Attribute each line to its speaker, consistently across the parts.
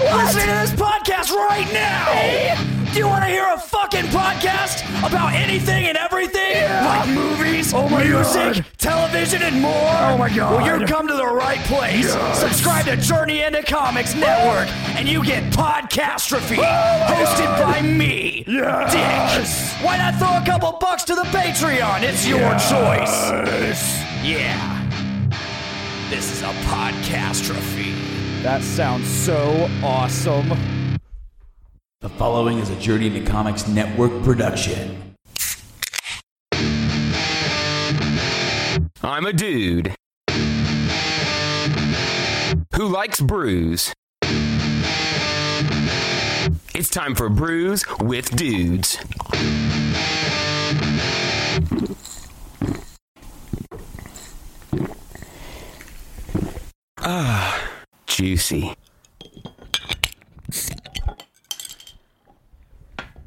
Speaker 1: Listen to this podcast right now. Do you want to hear a fucking podcast about anything and everything? Like movies,
Speaker 2: Oh my
Speaker 1: music,
Speaker 2: God.
Speaker 1: television, and more?
Speaker 2: Oh my God.
Speaker 1: Well, you've come to the right place.
Speaker 2: Yes.
Speaker 1: Subscribe to Journey into Comics Network, and you get
Speaker 2: Oh
Speaker 1: Podcastrophe, hosted by me,
Speaker 2: Yes.
Speaker 1: Dick. Why not throw a couple bucks to the Patreon? It's your choice.
Speaker 2: Yes.
Speaker 1: Yeah. This is a podcastrophe.
Speaker 2: That sounds so awesome.
Speaker 3: The following is a Journey into Comics Network production.
Speaker 4: I'm a dude who likes brews. It's time for Brews with Dudes. Ah, juicy.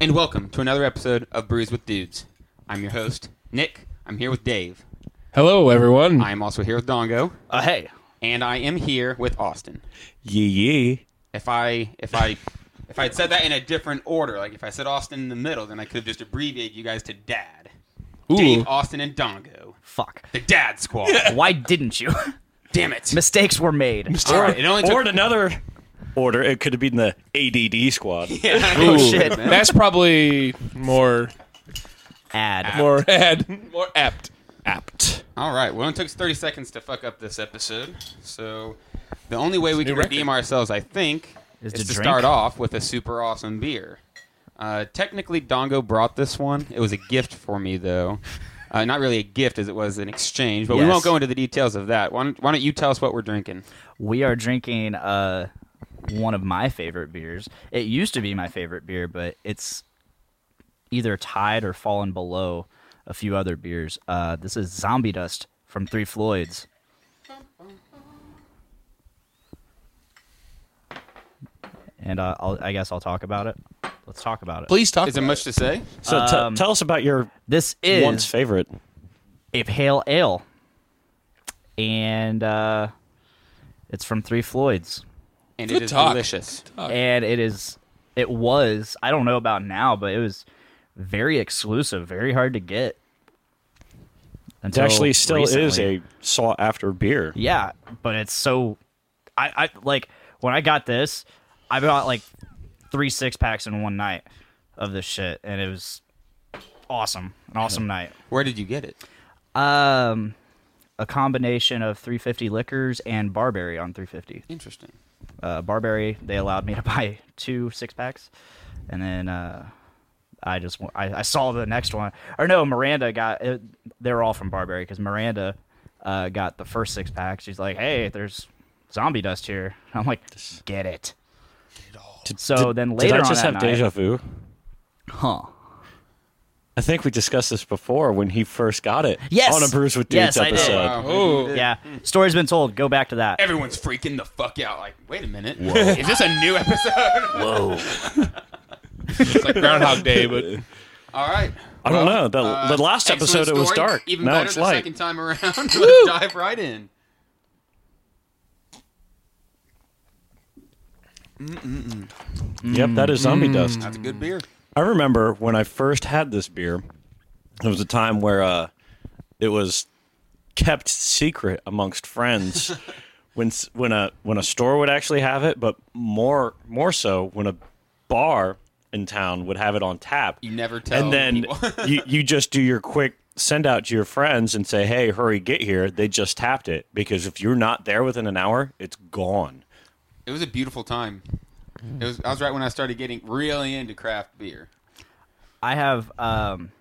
Speaker 5: And welcome to another episode of Brews with Dudes. I'm your host, Nick. I'm here with Dave.
Speaker 6: Hello, everyone.
Speaker 5: I am also here with Dongo,
Speaker 7: Uh, hey.
Speaker 5: and I am here with Austin.
Speaker 7: Yee yee.
Speaker 5: If I if I if I had said that in a different order, like if I said Austin in the middle, then I could have just abbreviated you guys to Dad. Dave, Austin, and Dongo,
Speaker 1: Fuck.
Speaker 5: the Dad Squad.
Speaker 1: Why didn't you?
Speaker 5: Damn it!
Speaker 1: Mistakes were made.
Speaker 5: All right, it only took.
Speaker 7: Or in another order, it could have been the ADD squad.
Speaker 1: Oh shit.
Speaker 6: That's probably more
Speaker 1: Ad.
Speaker 6: more ad, more apt. Apt.
Speaker 5: All right. Well, it took us 30 seconds to fuck up this episode. So the only way we can
Speaker 6: record.
Speaker 5: redeem ourselves, I think,
Speaker 1: Is
Speaker 5: is,
Speaker 1: to
Speaker 5: to,
Speaker 1: drink?
Speaker 5: start off with a super awesome beer. Uh, technically, Dongo brought this one. It was a gift for me, though. Uh, not really a gift, as it was an exchange, but we
Speaker 1: Yes.
Speaker 5: won't go into the details of that. Why don't, why don't you tell us what we're drinking?
Speaker 1: We are drinking uh one of my favorite beers. It used to be my favorite beer, but it's either tied or fallen below a few other beers. Uh this is Zombie Dust from Three Floyds. And uh, I'll, I guess I'll talk about it. Let's talk about it.
Speaker 6: Please talk.
Speaker 5: Is there much to say?
Speaker 7: So t- tell us about your
Speaker 1: This Um, is
Speaker 7: once favorite.
Speaker 1: a pale ale, and uh, it's from Three Floyds,
Speaker 5: And
Speaker 6: Good
Speaker 5: it is
Speaker 6: talk.
Speaker 5: delicious.
Speaker 1: and it is it was I don't know about now, but it was very exclusive, very hard to get.
Speaker 7: It
Speaker 1: Until
Speaker 7: actually still is
Speaker 1: recently.
Speaker 7: a sought after beer.
Speaker 1: yeah, but it's so I I like when I got this, I bought like three six packs in one night of this shit, and it was awesome, an awesome night.
Speaker 5: Where did you get it?
Speaker 1: Um, a combination of 350 liquors and Barberry on 350.
Speaker 5: Interesting.
Speaker 1: Uh, Barberry, they allowed me to buy two six packs, and then uh, I just wa- I, I saw the next one. Or no, Miranda got. It, they were all from Barberry because Miranda uh, got the first six pack. She's like, "Hey, there's zombie dust here." I'm like, "Get it." So then later
Speaker 7: Did I
Speaker 1: on
Speaker 7: just
Speaker 1: that
Speaker 7: have
Speaker 1: night,
Speaker 7: deja vu?
Speaker 1: huh?
Speaker 7: I think we discussed this before when he first got it
Speaker 1: Yes.
Speaker 7: on a Bruce with
Speaker 1: Yes,
Speaker 7: Dudes
Speaker 1: I did.
Speaker 7: episode.
Speaker 6: Oh,
Speaker 1: Yeah, story's been told. Go back to that.
Speaker 5: Everyone's freaking the fuck out. Like, wait a minute. Is this a new episode?
Speaker 6: it's like Groundhog Day, but
Speaker 5: All right. Uh,
Speaker 7: I don't know. The- the last
Speaker 5: excellent
Speaker 7: episode it was
Speaker 5: story.
Speaker 7: dark.
Speaker 5: Even
Speaker 7: Now
Speaker 5: better
Speaker 7: it's
Speaker 5: the
Speaker 7: light.
Speaker 5: second time around. Let's dive right in.
Speaker 7: Yep, that is zombie
Speaker 1: Mm.
Speaker 7: dust.
Speaker 5: That's a good beer.
Speaker 7: I remember when I first had this beer, there was a time where uh, it was kept secret amongst friends. when s- when a when a store would actually have it, but more more so when a bar in town would have it on tap.
Speaker 5: You never tell.
Speaker 7: and then
Speaker 5: people.
Speaker 7: you you just do your quick send out to your friends and say, "Hey, hurry, get here!" They just tapped it because if you're not there within an hour, it's gone.
Speaker 5: it was a beautiful time. It was. I was right when I started getting really into craft beer.
Speaker 1: I have um,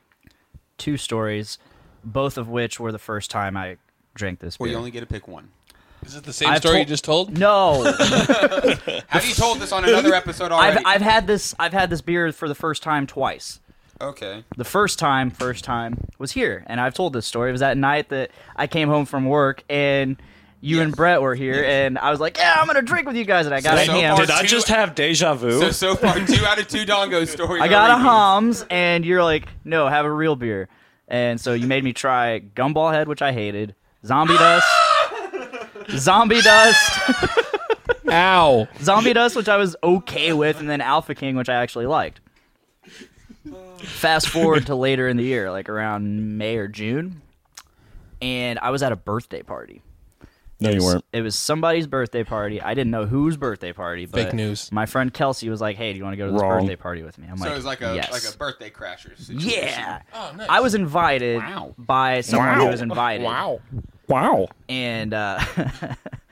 Speaker 1: two stories, both of which were the first time I drank this beer.
Speaker 5: Well, you only get to pick one.
Speaker 6: is it the same
Speaker 1: I've
Speaker 6: story you
Speaker 1: told-
Speaker 6: just told?
Speaker 1: no,
Speaker 5: Have you told this on another episode already?
Speaker 1: I've, I've had this. I've had this beer for the first time twice.
Speaker 5: okay.
Speaker 1: The first time, first time was here, and I've told this story. It was that night that I came home from work, and you and Brett were here, and I was like, "Yeah, I'm gonna drink with you guys," and I got
Speaker 5: So
Speaker 1: a ham.
Speaker 5: far-
Speaker 7: Did I
Speaker 5: two-
Speaker 7: just have deja vu?
Speaker 5: So so far, two out of two Dongo stories.
Speaker 1: I
Speaker 5: are
Speaker 1: got a
Speaker 5: reviews.
Speaker 1: hums, and you're like, "No, have a real beer," and so you made me try Gumball Head, which I hated, Zombie Dust, Zombie Dust.
Speaker 6: Ow.
Speaker 1: Zombie Dust, which I was okay with, and then Alpha King, which I actually liked. Fast forward to later in the year, like around May or June, and I was at a birthday party.
Speaker 7: No, you weren't.
Speaker 1: It was somebody's birthday party. I didn't know whose birthday party, but
Speaker 6: Fake news.
Speaker 1: my friend Kelsey was like, "Hey, do you want to go to this
Speaker 7: Wrong.
Speaker 1: birthday party with me?" I'm
Speaker 5: So
Speaker 1: like,
Speaker 5: it was like a
Speaker 1: yes.
Speaker 5: like a birthday crasher situation.
Speaker 1: yeah." I was invited by someone who was invited.
Speaker 6: Wow.
Speaker 7: Wow.
Speaker 1: and uh,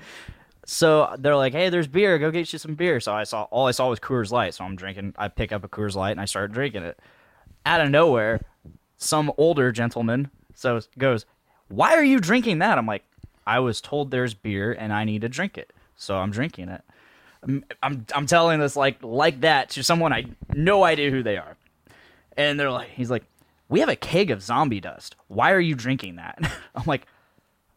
Speaker 1: so they're like, "Hey, there's beer. Go get you some beer." So I saw all I saw was Coors Light. So I'm drinking. I pick up a Coors Light and I start drinking it. Out of nowhere, some older gentleman so goes, "Why are you drinking that?" I'm like, "I was told there's beer and I need to drink it, so I'm drinking it." I'm I'm, I'm telling this like like that to someone I no idea who they are, and they're like, he's like. We have a keg of zombie dust. Why are you drinking that? I'm like,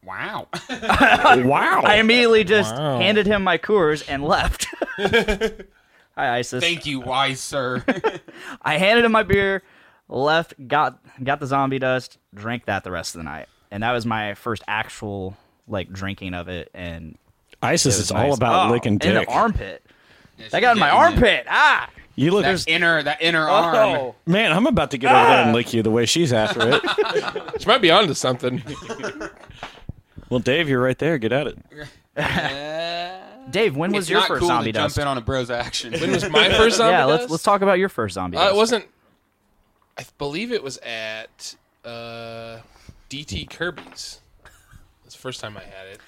Speaker 5: Wow.
Speaker 7: Wow.
Speaker 1: I immediately just handed him my Coors and left. Hi ISIS.
Speaker 5: Thank you, wise sir.
Speaker 1: I handed him my beer, left, got got the zombie dust, drank that the rest of the night, and that was my first actual like drinking of it. And
Speaker 7: ISIS
Speaker 1: it was
Speaker 7: is all
Speaker 1: nice.
Speaker 7: about
Speaker 1: Oh,
Speaker 7: licking
Speaker 1: in
Speaker 7: dick.
Speaker 1: the armpit.
Speaker 5: Yes,
Speaker 1: That got in my
Speaker 5: yeah,
Speaker 1: armpit. Ah,
Speaker 7: You look,
Speaker 5: That inner that inner arm.
Speaker 1: oh,
Speaker 7: man. I'm about to get over there and lick you the way she's after it.
Speaker 6: She might be onto something.
Speaker 7: well, Dave, you're right there. Get at it.
Speaker 1: Dave, when was
Speaker 5: it's
Speaker 1: your
Speaker 5: not
Speaker 1: first
Speaker 5: cool
Speaker 1: zombie
Speaker 5: to
Speaker 1: dust?
Speaker 5: jump in on a bro's action.
Speaker 6: When was my first zombie?
Speaker 1: yeah, let's
Speaker 6: dust?
Speaker 1: let's talk about your first zombie.
Speaker 6: Uh,
Speaker 1: dust.
Speaker 6: it wasn't. I believe it was at uh, DT Kirby's. That's the first time I had it.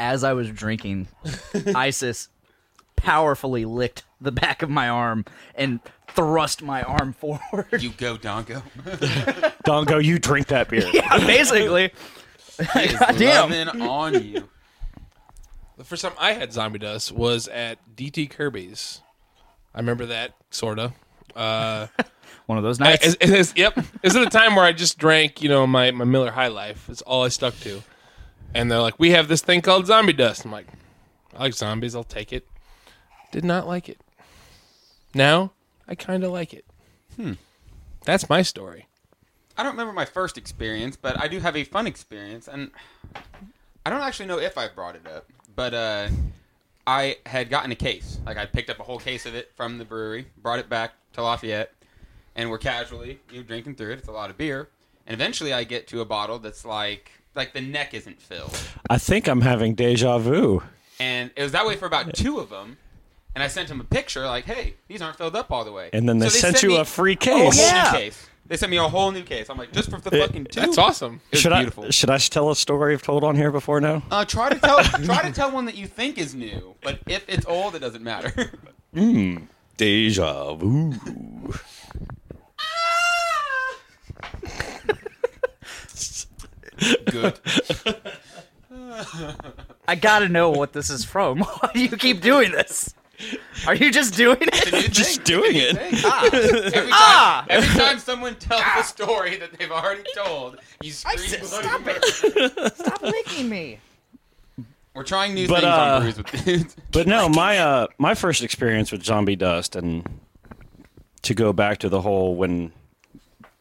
Speaker 1: As I was drinking, ISIS powerfully licked the back of my arm and thrust my arm forward.
Speaker 5: you go, Donko.
Speaker 7: Dongo, you drink that beer.
Speaker 1: basically.
Speaker 5: He is
Speaker 1: Goddamn.
Speaker 5: loving on you.
Speaker 6: The first time I had zombie dust was at DT Kirby's. I remember that sorta. Uh,
Speaker 1: One of those
Speaker 6: I-
Speaker 1: nights.
Speaker 6: is- is- is- yep. Is it a time where I just drank, you know, my, my Miller High Life? It's all I stuck to. And they're like, we have this thing called zombie dust. I'm like, I like zombies. I'll take it. Did not like it. Now I kind of like it. Hmm. That's my story.
Speaker 5: I don't remember my first experience, but I do have a fun experience, and I don't actually know if I brought it up, but uh, I had gotten a case. Like I picked up a whole case of it from the brewery, brought it back to Lafayette, and we're casually you know, drinking through it. It's a lot of beer, and eventually I get to a bottle that's like like the neck isn't filled,
Speaker 7: I think I'm having deja vu.
Speaker 5: and it was that way for about two of them. And I sent them a picture, like, "Hey, these aren't filled up all the way."
Speaker 7: And then they
Speaker 5: So
Speaker 7: sent you
Speaker 5: me
Speaker 7: a free
Speaker 5: whole
Speaker 7: case.
Speaker 5: new
Speaker 1: Yeah.
Speaker 5: case. They sent me a whole new case. I'm like, just for the fucking two.
Speaker 6: That's awesome.
Speaker 5: It was
Speaker 7: Should
Speaker 5: beautiful.
Speaker 7: I should I tell a story I've told on here before now?
Speaker 5: Uh, try to tell try to tell one that you think is new, but if it's old, it doesn't matter.
Speaker 7: Deja vu.
Speaker 5: Good.
Speaker 1: I gotta know what this is from. Why do you keep doing this? Are you just doing it?
Speaker 7: Just doing it.
Speaker 5: Every time, every time someone tells a story that they've already told, you scream. stop it!
Speaker 1: Stop licking me.
Speaker 5: We're trying new
Speaker 7: But,
Speaker 5: things
Speaker 7: uh,
Speaker 5: on Brews with Dudes.
Speaker 7: But no, my uh, my first experience with zombie dust, and to go back to the whole when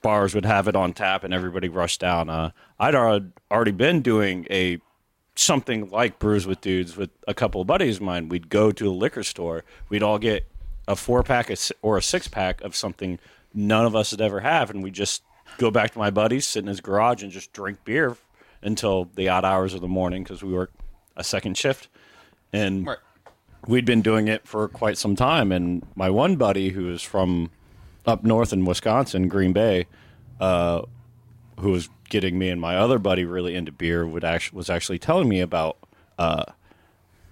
Speaker 7: bars would have it on tap and everybody rushed down. Uh, I'd al- already been doing a something like brews with dudes with a couple of buddies of mine. We'd go to the liquor store. We'd all get a four pack or a six pack of something none of us had ever have, and we just go back to my buddies, sit in his garage, and just drink beer until the odd hours of the morning because we work a second shift. And
Speaker 5: Right.
Speaker 7: we'd been doing it for quite some time. And my one buddy, who is from up north in Wisconsin, Green Bay, uh, who was getting me and my other buddy really into beer, would actually was actually telling me about uh,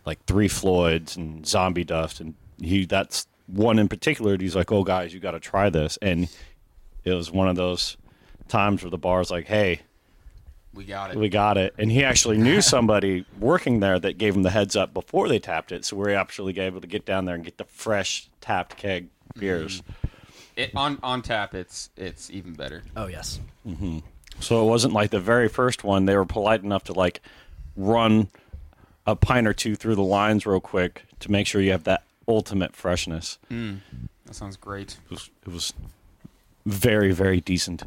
Speaker 7: like Three Floyds and Zombie Dust, and he that's one in particular. and He's like, "Oh, guys, you got to try this," and it was one of those times where the bar's like, "Hey."
Speaker 5: We got it.
Speaker 7: We got it. And he actually knew somebody working there that gave him the heads up before they tapped it. So we were actually able to get down there and get the fresh tapped keg beers.
Speaker 5: it on on tap. It's it's even better.
Speaker 1: Oh yes.
Speaker 7: So it wasn't like the very first one. They were polite enough to like run a pint or two through the lines real quick to make sure you have that ultimate freshness. It
Speaker 5: That sounds great.
Speaker 7: was, it was very, very decent.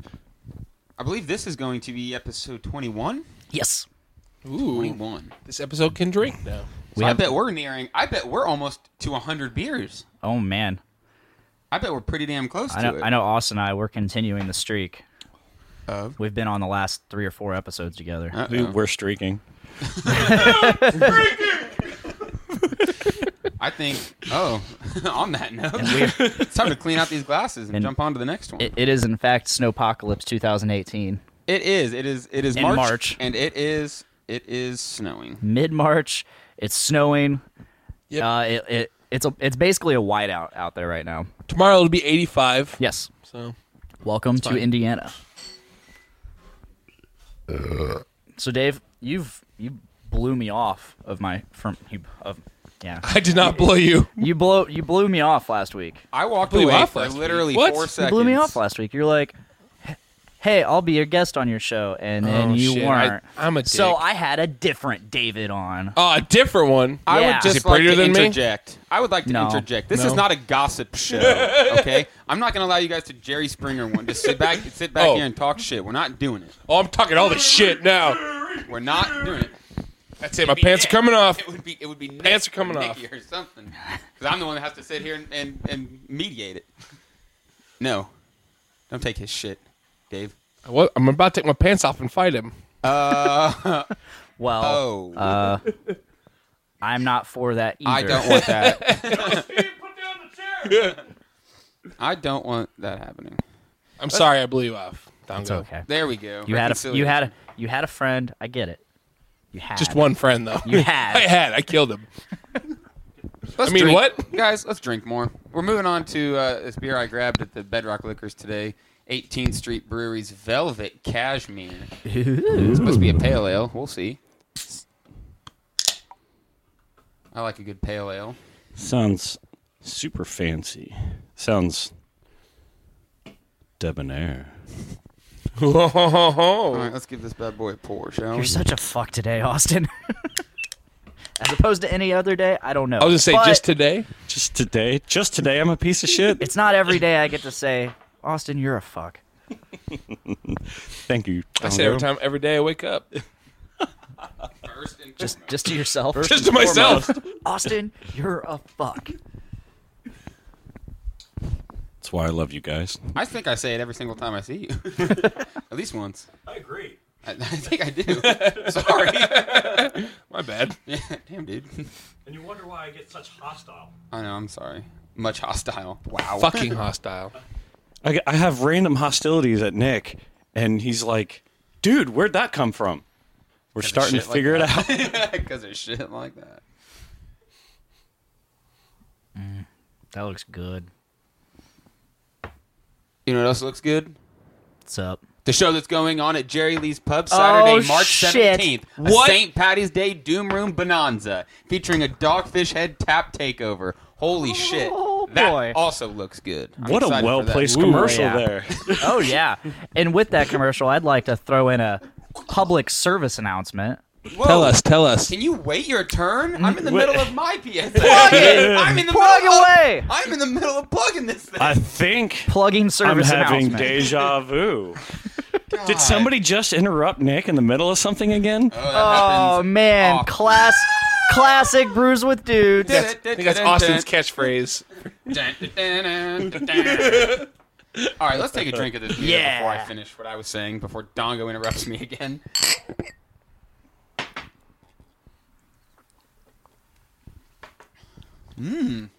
Speaker 5: I believe this is going to be episode 21.
Speaker 1: Yes.
Speaker 6: Ooh,
Speaker 5: 21.
Speaker 6: this episode can drink now.
Speaker 5: So I bet we're nearing. I bet we're almost to hundred beers.
Speaker 1: Oh man,
Speaker 5: I bet we're pretty damn close
Speaker 1: I
Speaker 5: to
Speaker 1: know.
Speaker 5: it.
Speaker 1: I know. Austin and I we're continuing the streak.
Speaker 5: Of?
Speaker 1: We've been on the last three or four episodes together.
Speaker 7: Dude, we're streaking.
Speaker 5: I think. Oh, on that note, it's time to clean out these glasses and,
Speaker 1: And-
Speaker 5: jump on to the next one.
Speaker 1: It, it is in fact Snowpocalypse 2018.
Speaker 5: it is. It is. It is
Speaker 1: In
Speaker 5: March,
Speaker 1: March.
Speaker 5: and it is. It is snowing.
Speaker 1: Mid March, it's snowing.
Speaker 6: Yep.
Speaker 1: Uh, it, it it's a, it's basically a whiteout out there right now.
Speaker 6: Tomorrow it'll be 85.
Speaker 1: Yes.
Speaker 6: So
Speaker 1: Welcome to Indiana. So Dave, you've you blew me off of my from you of yeah.
Speaker 6: I did not blow you.
Speaker 1: You blow you blew me off last week.
Speaker 5: I walked
Speaker 6: Blew
Speaker 5: away
Speaker 6: off
Speaker 5: for
Speaker 6: last week.
Speaker 5: literally
Speaker 6: What?
Speaker 5: four
Speaker 6: You
Speaker 5: seconds.
Speaker 1: You blew me off last week. You're like, "Hey, I'll be your guest on your show," and then
Speaker 6: Oh,
Speaker 1: you
Speaker 6: shit. I-
Speaker 1: weren't.
Speaker 6: I'm a
Speaker 1: so
Speaker 6: dick.
Speaker 1: I had a different David on.
Speaker 6: Oh, a different one.
Speaker 5: I
Speaker 1: Yeah.
Speaker 5: would
Speaker 1: Is
Speaker 5: just
Speaker 6: he
Speaker 5: like
Speaker 6: prettier
Speaker 5: to
Speaker 6: than me?
Speaker 5: interject. I would like to
Speaker 1: No.
Speaker 5: interject. This
Speaker 6: No.
Speaker 5: is not a gossip show, okay? I'm not going to allow you guys to Jerry Springer one. Just sit back, sit back
Speaker 6: Oh.
Speaker 5: here and talk shit. We're not doing it.
Speaker 6: Oh, I'm talking all this shit now.
Speaker 5: We're not doing it.
Speaker 6: That's it. My pants are coming off.
Speaker 5: It would be, it would be
Speaker 6: Pants
Speaker 5: Nick
Speaker 6: are coming
Speaker 5: or
Speaker 6: off.
Speaker 5: Nicky or something. Because I'm the one that has to sit here and, and, and mediate it. No, don't take his shit, Dave.
Speaker 6: What? I'm about to take my pants off and fight him.
Speaker 1: Well,
Speaker 5: Oh,
Speaker 1: I'm not for that either.
Speaker 5: I don't want that. I don't want that happening.
Speaker 6: I'm sorry I blew you off. Down
Speaker 1: It's okay.
Speaker 5: There we go.
Speaker 1: You had a
Speaker 5: Reconciliation.
Speaker 1: you had a you had a friend. I get it. You had
Speaker 6: Just one friend though.
Speaker 1: You had.
Speaker 6: I had. I killed him.
Speaker 5: Let's
Speaker 6: I mean,
Speaker 5: drink.
Speaker 6: what?
Speaker 5: Guys, let's drink more. We're moving on to uh, this beer I grabbed at the Bedrock Liquors today 18th Street Brewery's Velvet Cashmere. It's supposed to be a pale ale. We'll see. I like a good pale ale.
Speaker 7: Sounds super fancy. Sounds debonair.
Speaker 5: All right, let's give this bad boy a pour, shall we?
Speaker 1: You're such a fuck today, Austin. As opposed to any other day, I don't know.
Speaker 6: I was gonna say
Speaker 1: But
Speaker 6: just today.
Speaker 7: Just today, just today, I'm a piece of shit.
Speaker 1: It's not every day I get to say, Austin, you're a fuck.
Speaker 7: Thank you.
Speaker 6: I say every time, every day I wake up,
Speaker 5: First and
Speaker 1: Just just to yourself.
Speaker 6: just to myself.
Speaker 1: Austin, you're a fuck.
Speaker 7: That's why I love you guys.
Speaker 5: I think I say it every single time I see you. At least once. I agree. I, think I do. Sorry.
Speaker 6: My bad.
Speaker 5: Yeah, damn, dude.
Speaker 8: And you wonder why I get such hostile.
Speaker 5: I know, I'm sorry. Much hostile. Wow.
Speaker 6: Fucking hostile.
Speaker 7: I, g- I have random hostilities at Nick, and he's like, dude, where'd that come from? We're starting to
Speaker 5: shit like
Speaker 7: figure it out.
Speaker 5: Because of shit like that.
Speaker 1: That looks good.
Speaker 5: You know what else looks good?
Speaker 1: What's up?
Speaker 5: The show that's going on at Jerry Lee's Pub Saturday,
Speaker 1: Oh,
Speaker 5: March
Speaker 1: shit.
Speaker 5: 17th.
Speaker 1: What?
Speaker 5: St. Patty's Day Doom Room Bonanza featuring a dogfish head tap takeover. Holy shit.
Speaker 1: Oh, boy.
Speaker 5: That also looks good. I'm
Speaker 7: What
Speaker 5: excited
Speaker 7: a
Speaker 5: for that.
Speaker 7: well placed
Speaker 1: Ooh,
Speaker 7: commercial
Speaker 1: yeah.
Speaker 7: there.
Speaker 1: Oh yeah. and with that commercial, I'd like to throw in a public service announcement.
Speaker 5: Whoa,
Speaker 6: Tell us. Tell us.
Speaker 5: Can you wait your turn? I'm in the middle of my PSA. Plug
Speaker 1: it.
Speaker 5: I'm in the
Speaker 1: Plug
Speaker 5: middle
Speaker 1: away.
Speaker 5: Of, I'm in the middle of plugging this thing.
Speaker 7: I think
Speaker 1: Plugging
Speaker 7: I'm
Speaker 1: service
Speaker 7: having
Speaker 1: announcement.
Speaker 7: deja vu. Did somebody just interrupt Nick in the middle of something again?
Speaker 5: Oh, that
Speaker 1: oh
Speaker 5: happens.
Speaker 1: man,
Speaker 5: Off.
Speaker 1: class classic brews with dudes.
Speaker 5: Did it.
Speaker 6: I think that's Austin's catchphrase.
Speaker 5: All right, let's take a drink of this beer
Speaker 1: Yeah.
Speaker 5: before I finish what I was saying before Dongo interrupts me again. Mmm.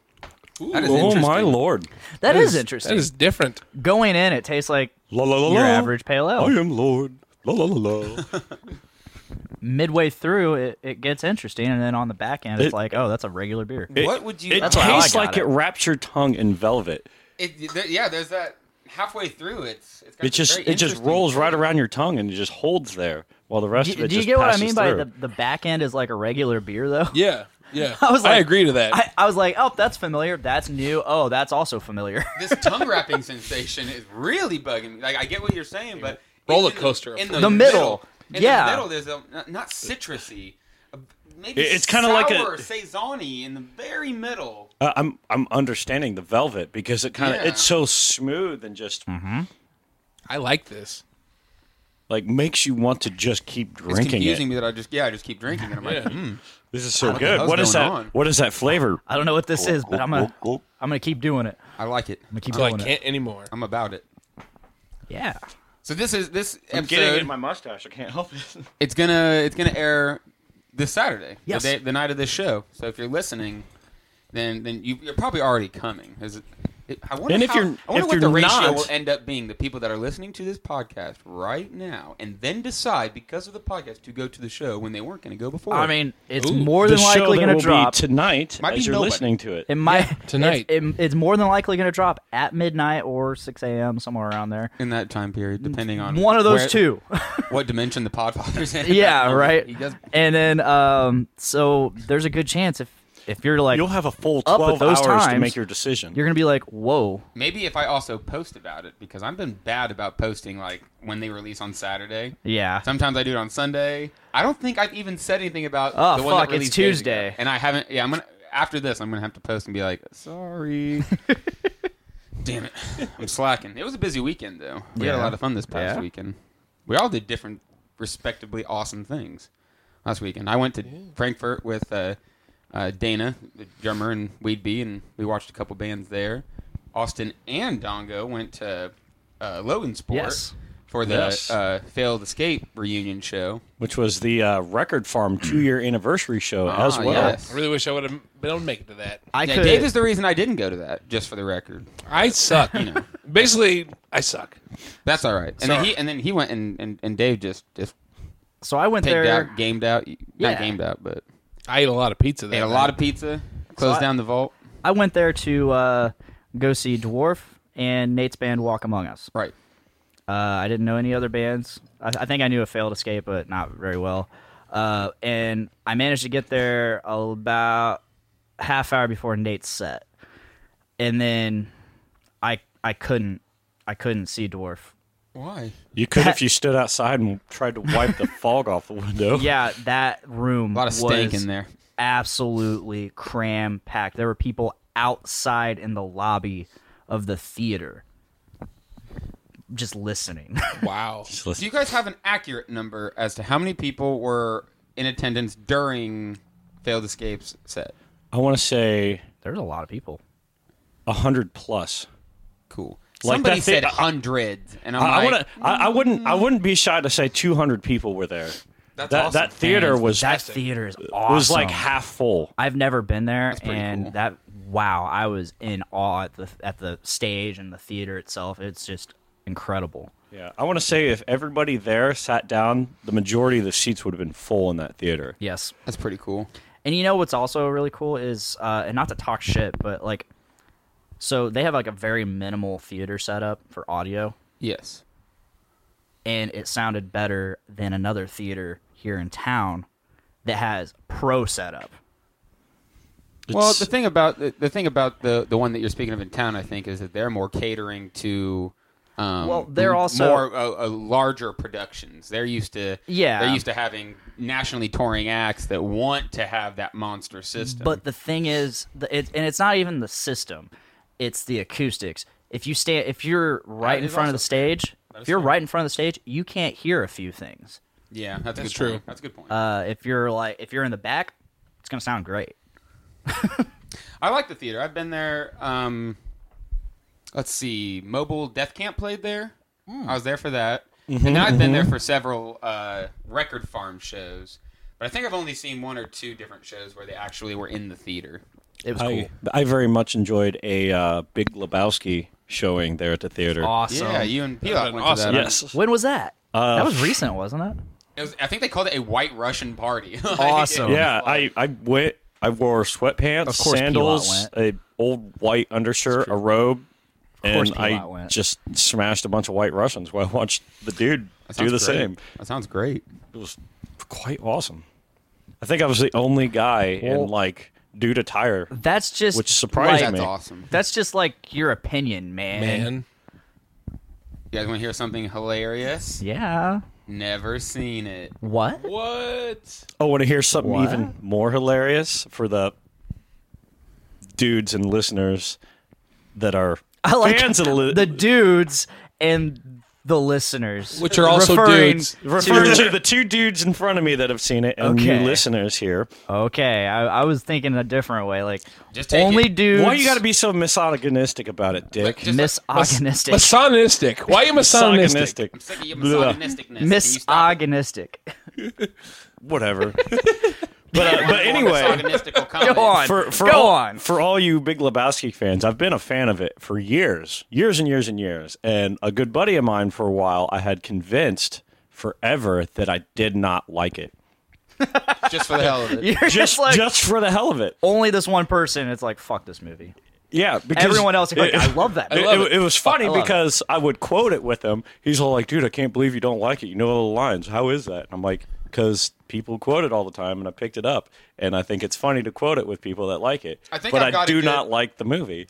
Speaker 5: That is
Speaker 7: oh
Speaker 5: interesting.
Speaker 7: my lord.
Speaker 1: that is,
Speaker 6: That
Speaker 1: interesting.
Speaker 6: is different.
Speaker 1: Going in, it tastes like
Speaker 7: La la la
Speaker 1: your
Speaker 7: la.
Speaker 1: average pale ale.
Speaker 7: I am Lord. La la la la.
Speaker 1: Midway through, it, it gets interesting, and then on the back end, it's
Speaker 7: It-
Speaker 1: like, oh, that's a regular beer.
Speaker 5: What would you?
Speaker 7: It
Speaker 1: That's how I
Speaker 7: tastes
Speaker 1: got
Speaker 7: like it.
Speaker 1: it.
Speaker 7: wrapped your tongue in velvet.
Speaker 5: It, there, yeah, there's that halfway through. It's it's got
Speaker 7: It
Speaker 5: this
Speaker 7: just
Speaker 5: very
Speaker 7: it just
Speaker 5: interesting-
Speaker 7: rolls right around your tongue and it just holds there while the rest
Speaker 1: do,
Speaker 7: of it
Speaker 1: do you
Speaker 7: just
Speaker 1: get what I
Speaker 7: passes
Speaker 1: mean by
Speaker 7: through.
Speaker 1: the, the back end is like a regular beer though?
Speaker 6: Yeah. Yeah.
Speaker 1: I was like,
Speaker 6: agree to that.
Speaker 1: I, I was like, oh, that's familiar. That's new. Oh, that's also familiar.
Speaker 5: This tongue wrapping sensation is really bugging me. Like I get what you're saying, but
Speaker 6: Roller
Speaker 5: it's in
Speaker 6: coaster
Speaker 5: in
Speaker 6: of-
Speaker 5: the,
Speaker 1: The middle.
Speaker 5: In
Speaker 1: Yeah.
Speaker 5: the middle, there's a not, not citrusy. a- Maybe
Speaker 7: It- it's kinda like
Speaker 5: sour,
Speaker 7: a-
Speaker 5: saisony in the very middle.
Speaker 7: Uh, I'm I'm understanding the velvet because it kind of
Speaker 5: Yeah.
Speaker 7: it's so smooth and just
Speaker 6: I like this.
Speaker 7: like makes you want to just keep
Speaker 5: It's
Speaker 7: drinking
Speaker 5: confusing
Speaker 7: it.
Speaker 5: me that I just yeah I just keep drinking and I'm like mm,
Speaker 7: This is so
Speaker 5: What the
Speaker 7: good.
Speaker 5: hell's
Speaker 7: What is
Speaker 5: going
Speaker 7: that?
Speaker 5: on?
Speaker 7: What is that flavor?
Speaker 1: I don't know what this is, but I'm gonna
Speaker 7: Gulp,
Speaker 1: I'm gonna keep doing it.
Speaker 5: I like it.
Speaker 1: I'm gonna keep
Speaker 6: So I
Speaker 1: doing
Speaker 6: can't anymore.
Speaker 5: I'm about it.
Speaker 1: it. Yeah.
Speaker 5: So this is this
Speaker 7: I'm
Speaker 5: episode.
Speaker 7: getting it in my mustache. I can't help it.
Speaker 5: it's gonna it's gonna air this Saturday,
Speaker 1: Yes.
Speaker 5: the, day, the night of this show. So if you're listening, then then you, you're probably already coming. Is it, it- I wonder
Speaker 7: And if
Speaker 5: how-
Speaker 7: you're-
Speaker 5: I wonder
Speaker 7: if
Speaker 5: what the
Speaker 7: you're
Speaker 5: ratio
Speaker 7: not-
Speaker 5: will end up being. The people that are listening to this podcast right now and then decide because of the podcast to go to the show when they we't going to go before.
Speaker 1: I mean, it's
Speaker 6: Ooh,
Speaker 1: more
Speaker 7: the
Speaker 1: than
Speaker 7: show
Speaker 1: likely
Speaker 7: that
Speaker 1: gonna
Speaker 7: will
Speaker 1: drop.
Speaker 7: be tonight
Speaker 5: Might be
Speaker 7: as you're
Speaker 5: nobody.
Speaker 7: listening to it.
Speaker 1: It might
Speaker 6: tonight.
Speaker 1: It's, it- it's more than likely going to drop at midnight or 6 a.m. somewhere around there.
Speaker 5: in that time period, depending on
Speaker 1: One of those
Speaker 5: where-
Speaker 1: two.
Speaker 5: what dimension the Podfather's in.
Speaker 1: yeah, right.
Speaker 5: He does.
Speaker 1: And then, um, so there's a good chance if if you're like
Speaker 7: You'll have a full
Speaker 1: Up at
Speaker 7: 12
Speaker 1: those
Speaker 7: hours to
Speaker 1: times,
Speaker 7: make your decision.
Speaker 1: you're gonna be like, whoa,
Speaker 5: Maybe if I also post about it because I've been bad about posting like when they release on Saturday.
Speaker 1: yeah,
Speaker 5: Sometimes I do it on Sunday. I don't think I've even said anything about
Speaker 1: Oh,
Speaker 5: the one
Speaker 1: fuck,
Speaker 5: that
Speaker 1: it's
Speaker 5: released days
Speaker 1: Tuesday.
Speaker 5: ago. and I haven't. Yeah, I'm gonna after this, I'm gonna have to post and be like, sorry. Damn it, I'm slacking. It was a busy weekend though. We had a
Speaker 1: Yeah.
Speaker 5: lot of fun this past
Speaker 1: Yeah.
Speaker 5: weekend. We all did different, respectively awesome things last weekend. I went to Frankfurt with uh, uh, Dana, the drummer, and Weed Bee, and we watched a couple bands there. Austin and Dongo went to uh, Logansport
Speaker 1: Yes.
Speaker 5: for the
Speaker 7: Yes.
Speaker 5: uh, Failed Escape reunion show.
Speaker 7: which was the uh, Record Farm two year anniversary show as
Speaker 5: Ah,
Speaker 7: well.
Speaker 5: yes.
Speaker 6: I really wish I would have been able to make it to that.
Speaker 1: I
Speaker 5: Yeah,
Speaker 1: could.
Speaker 5: Dave is the reason I didn't go to that, just for the record.
Speaker 6: I suck.
Speaker 5: You know,
Speaker 6: Basically, I suck.
Speaker 5: that's all right. And then he and then he went and, and, and Dave just just
Speaker 1: so I went
Speaker 5: picked
Speaker 1: there.
Speaker 5: out, gamed out,
Speaker 1: Yeah.
Speaker 5: not gamed out, but
Speaker 6: I ate a lot of pizza. That
Speaker 5: ate a
Speaker 6: night.
Speaker 5: lot of pizza, closed
Speaker 1: I-
Speaker 5: down the vault.
Speaker 1: I went there to uh, go see Dwarf and Nate's band Walk Among Us.
Speaker 5: Right.
Speaker 1: Uh, I didn't know any other bands. I, I think I knew a failed escape, but not very well. Uh, and I managed to get there about half hour before Nate's set, and then I I couldn't I couldn't see Dwarf.
Speaker 5: Why?
Speaker 7: You could if you stood outside and tried to wipe the fog off the window.
Speaker 1: Yeah, that room
Speaker 5: A lot of stank
Speaker 1: was
Speaker 5: in there.
Speaker 1: absolutely cram packed. There were people outside in the lobby of the theater, just listening.
Speaker 6: Wow.
Speaker 5: Do you guys have an accurate number as to how many people were in attendance during Failed Escapes set?
Speaker 7: I want to say
Speaker 1: There's a lot of people.
Speaker 7: a hundred plus.
Speaker 5: Cool.
Speaker 7: Like
Speaker 5: Somebody
Speaker 7: that
Speaker 5: said
Speaker 7: thing-
Speaker 5: hundreds, and I'm
Speaker 7: I, I
Speaker 5: like,
Speaker 7: want to. I, I wouldn't. I wouldn't be shy to say two hundred people were there.
Speaker 5: That's
Speaker 7: that
Speaker 5: awesome.
Speaker 7: that theater
Speaker 5: That's
Speaker 7: was
Speaker 1: That theater is awesome.
Speaker 7: was like half full.
Speaker 1: I've never been there,
Speaker 5: pretty
Speaker 1: and
Speaker 5: cool.
Speaker 1: that wow, I was in awe at the at the stage and the theater itself. It's just incredible.
Speaker 7: Yeah, I want to say if everybody there sat down, the majority of the seats would have been full in that theater.
Speaker 1: Yes,
Speaker 5: that's pretty cool.
Speaker 1: And you know what's also really cool is, uh, and not to talk shit, but like, so they have like a very minimal theater setup for audio,
Speaker 5: Yes.
Speaker 1: and it sounded better than another theater here in town that has pro setup.
Speaker 5: Well,
Speaker 7: It's-
Speaker 5: the thing about the, the thing about the the one that you're speaking of in town, I think, is that they're more catering to. Um,
Speaker 1: Well, they're
Speaker 5: m-
Speaker 1: also-
Speaker 5: more uh, uh, larger productions. They're used to
Speaker 1: Yeah.
Speaker 5: They're used to having nationally touring acts that want to have that monster system.
Speaker 1: But the thing is, the, it, and it's not even the system; it's the acoustics. If you stand, if you're right
Speaker 5: That
Speaker 1: in
Speaker 5: is
Speaker 1: front of
Speaker 5: also
Speaker 1: the stage, if you're right in front of the stage, you can't hear a few things.
Speaker 5: yeah, that's, a
Speaker 6: That's
Speaker 5: good
Speaker 6: true.
Speaker 5: Point. That's a good point.
Speaker 1: Uh, if you're like, if you're in the back, it's gonna sound great.
Speaker 5: I like the theater. I've been there. Um, let's see, Mobile Death Camp played there. I was there for that,
Speaker 7: Mm-hmm,
Speaker 5: and now I've been there for several uh, record farm shows. But I think I've only seen one or two different shows where they actually were in the theater.
Speaker 1: It was cool.
Speaker 7: I, I very much enjoyed a uh, Big Lebowski showing there at the theater.
Speaker 1: Awesome.
Speaker 5: yeah, you and P.
Speaker 6: That'd
Speaker 5: went
Speaker 6: been
Speaker 5: to
Speaker 6: awesome.
Speaker 5: that.
Speaker 7: Yes.
Speaker 1: When was that?
Speaker 7: Uh,
Speaker 1: that was recent, wasn't it?
Speaker 5: It was, I think they called it a White Russian party. Like, it-
Speaker 1: Awesome.
Speaker 7: Yeah, I, I went. I wore sweatpants,
Speaker 1: Of course
Speaker 7: sandals,
Speaker 1: P-Lot
Speaker 7: a old white undershirt, a robe,
Speaker 1: course
Speaker 7: and I
Speaker 1: P-Lot went.
Speaker 7: just smashed a bunch of white Russians while I watched the dude
Speaker 5: That
Speaker 7: do
Speaker 5: sounds
Speaker 7: the
Speaker 5: great.
Speaker 7: same.
Speaker 5: That sounds great.
Speaker 7: It was quite awesome. I think I was the only guy
Speaker 1: Well-
Speaker 7: in like dude attire.
Speaker 1: That's just
Speaker 7: Which surprised
Speaker 1: like,
Speaker 5: That's
Speaker 7: me.
Speaker 5: awesome.
Speaker 1: That's just like your opinion, man.
Speaker 6: Man.
Speaker 5: You guys want to hear something hilarious?
Speaker 1: Yeah.
Speaker 5: Never seen it.
Speaker 1: What?
Speaker 6: What?
Speaker 7: Oh, want to hear something even more hilarious for the dudes and listeners that are
Speaker 1: I like
Speaker 7: fans of the, li-
Speaker 1: the dudes and the listeners,
Speaker 6: Which are also
Speaker 1: referring
Speaker 6: dudes.
Speaker 7: Refer to the two dudes in front of me that have seen it and
Speaker 1: Okay.
Speaker 7: you listeners here.
Speaker 1: Okay, I, I was thinking a different way. Like
Speaker 5: Just take
Speaker 1: only
Speaker 5: it.
Speaker 1: dudes.
Speaker 7: Why you got to be so misogynistic about it, Dick?
Speaker 5: Just-
Speaker 1: misogynistic?
Speaker 6: Misogynistic. Why are you misogynistic?
Speaker 7: Misogynistic.
Speaker 5: I'm sick of your misogynisticness.
Speaker 7: Blah.
Speaker 5: Can you stop it?
Speaker 1: misogynistic.
Speaker 7: Whatever. but uh, but anyway,
Speaker 5: Misogynistical
Speaker 1: Go
Speaker 5: comments.
Speaker 1: on.
Speaker 7: for, for
Speaker 1: Go
Speaker 7: all,
Speaker 1: on.
Speaker 7: for all you Big Lebowski fans, I've been a fan of it for years, years and years and years. And a good buddy of mine for a while, I had convinced forever that I did not like it.
Speaker 5: Just for the hell of it.
Speaker 1: You're just,
Speaker 7: Just
Speaker 1: like
Speaker 7: just for the hell of it.
Speaker 1: only this one person. It's like fuck this movie.
Speaker 7: Yeah, because
Speaker 1: Everyone else, is like, I love that.
Speaker 7: It,
Speaker 1: movie.
Speaker 7: it- it was funny
Speaker 1: I love it.
Speaker 7: because I would quote it with him. He's all like, "Dude, I can't believe you don't like it. You know all the lines. How is that?" And I'm like, "Cause people quote it all the time, and I picked it up, and I think it's funny to quote it with people that like it.
Speaker 5: I think
Speaker 7: but
Speaker 5: I've
Speaker 7: I
Speaker 5: got a
Speaker 7: do
Speaker 5: good-
Speaker 7: not like the movie.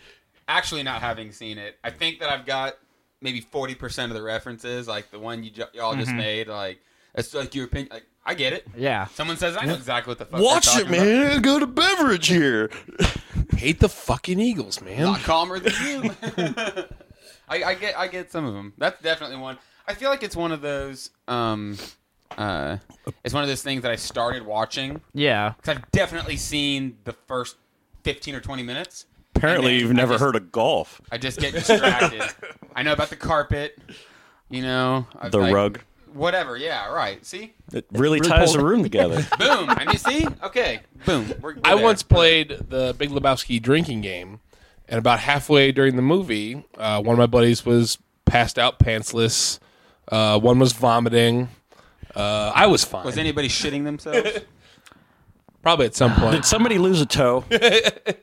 Speaker 5: actually not having seen it, I think that I've got maybe forty percent of the references, like the one you ju- y'all
Speaker 7: Mm-hmm.
Speaker 5: just made. Like it's like your opinion. Like, I get it.
Speaker 1: Yeah.
Speaker 5: Someone says I know exactly what the fuck.
Speaker 7: Watch
Speaker 5: they're
Speaker 7: it,
Speaker 5: talking about.
Speaker 7: man. Go to beverage here.
Speaker 6: Hate the fucking Eagles, man.
Speaker 5: Lot calmer than you. I, I get I get some of them. That's definitely one. I feel like it's one of those. Um, uh, it's one of those things that I started watching
Speaker 1: yeah.
Speaker 5: because I've definitely seen the first fifteen or twenty minutes.
Speaker 7: Apparently,
Speaker 5: And then I
Speaker 7: you've never
Speaker 5: just-
Speaker 7: heard of golf.
Speaker 5: I just get distracted. I know about the carpet. You know I-
Speaker 7: The
Speaker 5: I-
Speaker 7: rug.
Speaker 5: Whatever. Yeah. Right. See.
Speaker 7: It really ties the room together.
Speaker 5: Boom. I mean, see? Okay. Boom. We're, we're
Speaker 6: I
Speaker 5: there.
Speaker 6: once played the Big Lebowski drinking game, and about halfway during the movie, uh, one of my buddies was passed out, pantsless. Uh, one was vomiting. Uh, I was fine.
Speaker 5: Was anybody shitting themselves?
Speaker 6: Probably at some
Speaker 7: Did
Speaker 6: point.
Speaker 7: somebody lose a toe?
Speaker 6: It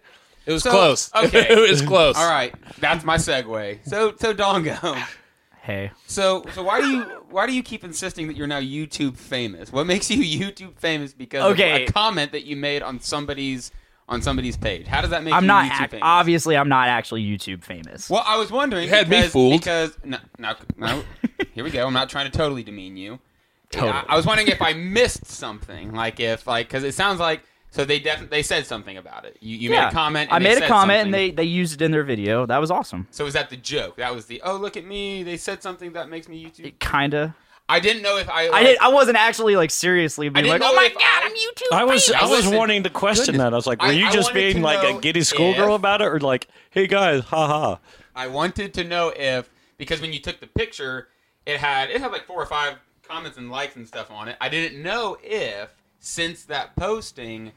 Speaker 6: was
Speaker 5: So,
Speaker 6: close.
Speaker 5: okay.
Speaker 6: it was close.
Speaker 5: All right. That's my segue. So, so Dongo.
Speaker 1: Hey.
Speaker 5: So, so why do you why do you keep insisting that you're now YouTube famous? What makes you YouTube famous? Because of
Speaker 1: Okay.
Speaker 5: a comment that you made on somebody's on somebody's page. How does that make
Speaker 1: I'm
Speaker 5: you
Speaker 1: not.
Speaker 5: YouTube
Speaker 1: ac-
Speaker 5: famous?
Speaker 1: obviously, I'm not actually YouTube famous.
Speaker 5: Well, I was wondering
Speaker 6: You had me
Speaker 5: because,
Speaker 6: fooled.
Speaker 5: because no, no, no, here we go. I'm not trying to totally demean you.
Speaker 1: Totally.
Speaker 5: I, I was wondering if I missed something, like if like because it sounds like so they def- they said something about it. You, you made a comment. And
Speaker 1: I
Speaker 5: they
Speaker 1: made a
Speaker 5: said
Speaker 1: comment, and
Speaker 5: something.
Speaker 1: they they used it in their video. That was awesome.
Speaker 5: So was that the joke? That was the oh look at me. They said something that makes me YouTube.
Speaker 1: Kinda.
Speaker 5: I didn't know if I.
Speaker 1: I
Speaker 5: like-
Speaker 1: did. I wasn't actually like seriously being like,
Speaker 5: didn't know
Speaker 1: oh my
Speaker 5: if
Speaker 1: god,
Speaker 5: I-
Speaker 1: I'm YouTube.
Speaker 7: I was I was
Speaker 5: Listen,
Speaker 7: wanting to question
Speaker 5: goodness.
Speaker 7: that. I was like, were
Speaker 5: I-
Speaker 7: you
Speaker 5: I
Speaker 7: just
Speaker 5: wanted to
Speaker 7: being like a
Speaker 5: know
Speaker 7: giddy schoolgirl
Speaker 5: if-
Speaker 7: about it, or like, hey guys, haha.
Speaker 5: I wanted to know if because when you took the picture, it had it had like four or five comments and likes and stuff on it. I didn't know if since that posting,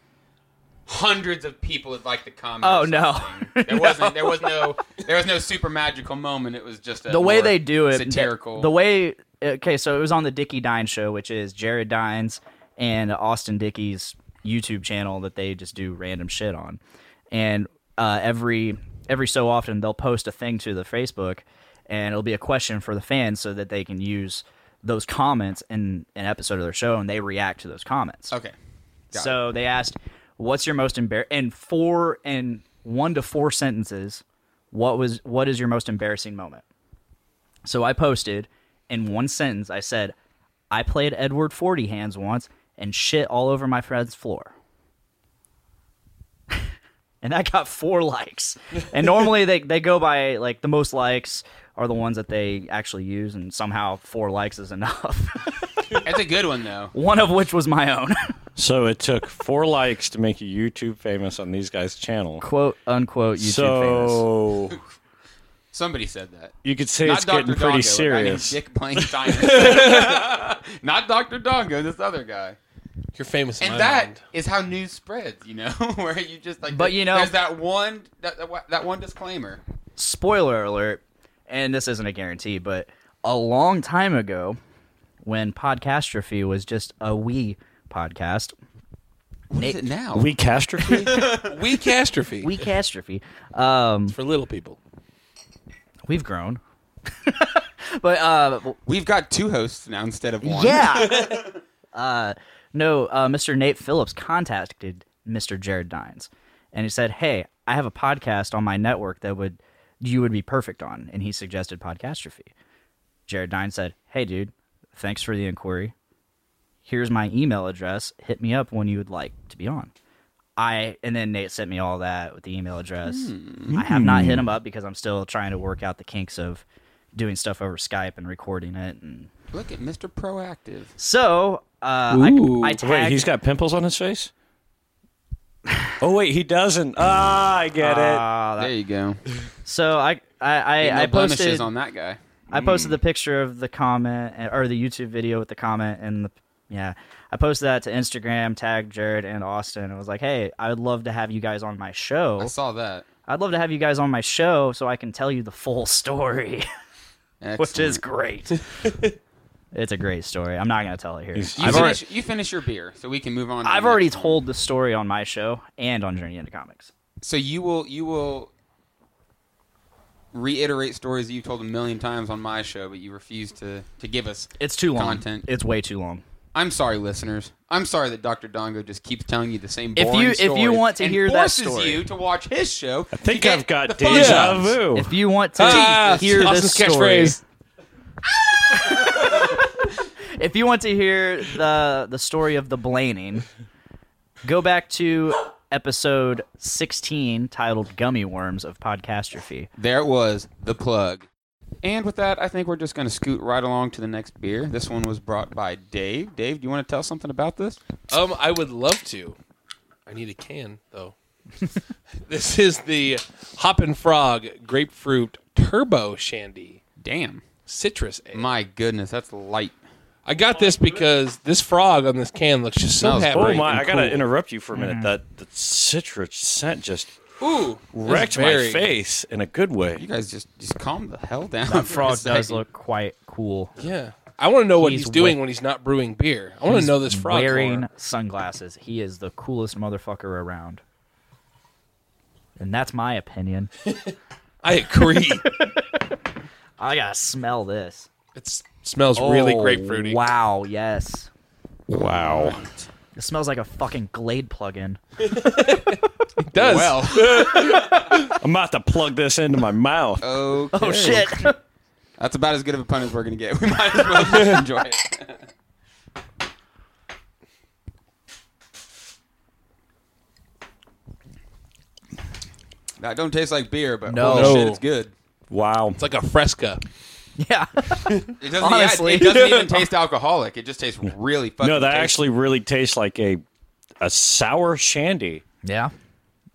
Speaker 5: hundreds of people had liked the comment. or
Speaker 1: Oh, no.
Speaker 5: something. there
Speaker 1: No.
Speaker 5: wasn't. There was no. There was no super magical moment. It was just a
Speaker 1: the way
Speaker 5: more
Speaker 1: they do it,
Speaker 5: Satirical.
Speaker 1: The, the way okay, so it was on the Dickie Dine show, which is Jared Dines and Austin Dickey's YouTube channel that they just do random shit on, and uh, every every so often they'll post a thing to the Facebook, and it'll be a question for the fans so that they can use those comments in an episode of their show, and they react to those comments.
Speaker 5: okay. Got it.
Speaker 1: So they asked, "What's your most embarrassing?" And four and one to four sentences. What was what is your most embarrassing moment? So I posted in one sentence. I said, "I played Edward Forty Hands once and shit all over my friend's floor." and that got four likes. And normally they, they go by like the most likes are the ones that they actually use, and somehow four likes is enough.
Speaker 5: That's a good one though.
Speaker 1: one of which was my own.
Speaker 7: So it took four likes to make you YouTube famous on these guys' channel.
Speaker 1: quote unquote YouTube famous.
Speaker 7: so
Speaker 5: Somebody said that.
Speaker 7: you could say it's
Speaker 5: Not Dr.
Speaker 7: getting
Speaker 5: Dongo,
Speaker 7: pretty
Speaker 5: I mean,
Speaker 7: serious.
Speaker 5: Dick Blaine Steiner. Not Dr. Dongo, this other guy.
Speaker 6: You're famous. In
Speaker 5: and
Speaker 6: my
Speaker 5: that is
Speaker 6: mind.
Speaker 5: how news spreads you know where you just like
Speaker 1: But, you know-
Speaker 5: there's that one that, that, one- that one disclaimer
Speaker 1: spoiler alert, and this isn't a guarantee, but a long time ago, when Podcastrophe was just a wee podcast,
Speaker 5: what is it now
Speaker 7: We catastrophe?
Speaker 6: we catastrophe
Speaker 1: wee catastrophe, um,
Speaker 6: for little people.
Speaker 1: we've grown. but uh,
Speaker 5: we've got two hosts now instead of one
Speaker 1: yeah, uh, no, uh, Mr. Nate Phillips contacted Mr. Jared Dines, and he said, "Hey, I have a podcast on my network that would you would be perfect on," and he suggested Podcastrophe. Jared Dine said, Hey, dude, thanks for the inquiry. Here's my email address. Hit me up when you would like to be on. I and then Nate sent me all that with the email address. I have not hit him up because I'm still trying to work out the kinks of doing stuff over Skype and recording it. And
Speaker 5: Look at Mr. Proactive.
Speaker 1: so uh, I, I tagged.
Speaker 7: Wait, he's got pimples on his face? Oh wait, he doesn't. Ah, I get
Speaker 5: there you go.
Speaker 1: so I I I,
Speaker 5: no
Speaker 1: I
Speaker 5: blemishes
Speaker 1: posted
Speaker 5: on Hmm. that guy.
Speaker 1: I posted the picture of the comment eh, or the YouTube video with the comment and the yeah. I posted that to Instagram, tagged Jared and Austin, and was like, "Hey, I would love to have you guys on my
Speaker 5: I
Speaker 1: show.
Speaker 5: saw that.
Speaker 1: I'd love to have you guys on my show so I can tell you the full story, which is
Speaker 5: Excellent.
Speaker 1: great. it's a great story. I'm not gonna tell it here.
Speaker 7: it.
Speaker 5: You
Speaker 6: I've already-
Speaker 5: finish, you finish your beer, so we can move on. To the
Speaker 1: I've
Speaker 5: next
Speaker 1: already
Speaker 5: one.
Speaker 1: told the story on my show and on Journey into Comics.
Speaker 5: So you will you will reiterate stories that you've told a million times on my show, but you refuse to to give us.
Speaker 1: It's too long.
Speaker 5: Content.
Speaker 1: It's way too long.
Speaker 5: I'm sorry, listeners. I'm sorry that Dr. Dongo just keeps telling you the same.
Speaker 1: If
Speaker 5: boring
Speaker 1: you- if you
Speaker 5: stories
Speaker 1: want to
Speaker 5: and
Speaker 1: hear that
Speaker 5: forces
Speaker 1: story.
Speaker 5: you to watch his show. I
Speaker 7: think I've got
Speaker 5: fun
Speaker 7: deja
Speaker 5: times.
Speaker 7: vu.
Speaker 1: If you want to
Speaker 6: Ah,
Speaker 1: hear this
Speaker 6: Austin's
Speaker 1: story,
Speaker 6: catchphrase.
Speaker 1: if you want to hear the the story of the blaning, go back to episode 16 titled Gummy Worms of Podcastrophe.
Speaker 5: There it was, the plug. And with that, I think we're just going to scoot right along to the next beer. This one was brought by Dave. Dave, do you want to tell something about this?
Speaker 6: Um, I would love to. I need a can though. this is the Hoppin' Frog Grapefruit Turbo Shandy
Speaker 5: Damn.
Speaker 6: Citrus Ale.
Speaker 5: My goodness, that's light.
Speaker 6: I got this because this frog on this can looks just so
Speaker 5: Smells
Speaker 6: happy.
Speaker 7: Oh
Speaker 5: great
Speaker 7: my! I gotta
Speaker 6: cool.
Speaker 7: interrupt you for a minute. That the citrus scent just
Speaker 6: Ooh,
Speaker 7: wrecked my
Speaker 6: very-
Speaker 7: face in a good way.
Speaker 5: You guys just just calm the hell down.
Speaker 1: That
Speaker 5: for a
Speaker 1: frog does
Speaker 5: second.
Speaker 1: look quite cool.
Speaker 6: Yeah, I want to know what
Speaker 1: He's
Speaker 6: he's, doing
Speaker 1: wet.
Speaker 6: when he's not brewing beer. I want to know this frog.
Speaker 1: Wearing
Speaker 6: lore.
Speaker 1: sunglasses. He is the coolest motherfucker around. And that's my opinion.
Speaker 6: I agree.
Speaker 1: I gotta smell this.
Speaker 6: it smells really
Speaker 1: Oh,
Speaker 6: grapefruity.
Speaker 1: Wow, yes. Wow. It smells like a fucking Glade plug-in.
Speaker 6: It does.
Speaker 7: I'm about to plug this into my mouth.
Speaker 5: Okay.
Speaker 1: Oh shit.
Speaker 5: That's about as good of a pun as we're going to get. We might as well just enjoy it. That don't taste like beer, but
Speaker 1: No.
Speaker 5: holy shit,
Speaker 6: No.
Speaker 5: it's good.
Speaker 7: Wow!
Speaker 6: it's like a fresca.
Speaker 1: yeah.
Speaker 5: It doesn't, yeah, it-
Speaker 1: Honestly.
Speaker 5: it doesn't even taste alcoholic. It just tastes really fucking.
Speaker 7: No, that
Speaker 5: tasty.
Speaker 7: actually really tastes like a a sour shandy.
Speaker 1: yeah.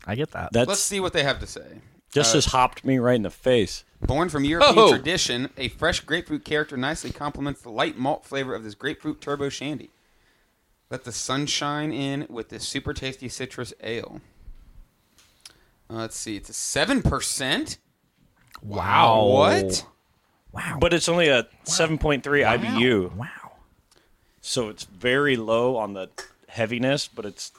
Speaker 1: I get that.
Speaker 7: That's
Speaker 5: Let's see what they have to say.
Speaker 7: just has hopped me right in the face.
Speaker 5: Born from European
Speaker 6: Oh.
Speaker 5: tradition, a fresh grapefruit character nicely complements the light malt flavor of this grapefruit turbo shandy. Let the sun shine in with this super tasty citrus ale. Uh, let's see, it's a seven percent.
Speaker 1: Wow.
Speaker 5: What?
Speaker 7: But it's only a 7.3 IBU,
Speaker 1: Wow.
Speaker 7: so it's very low on the heaviness, but it's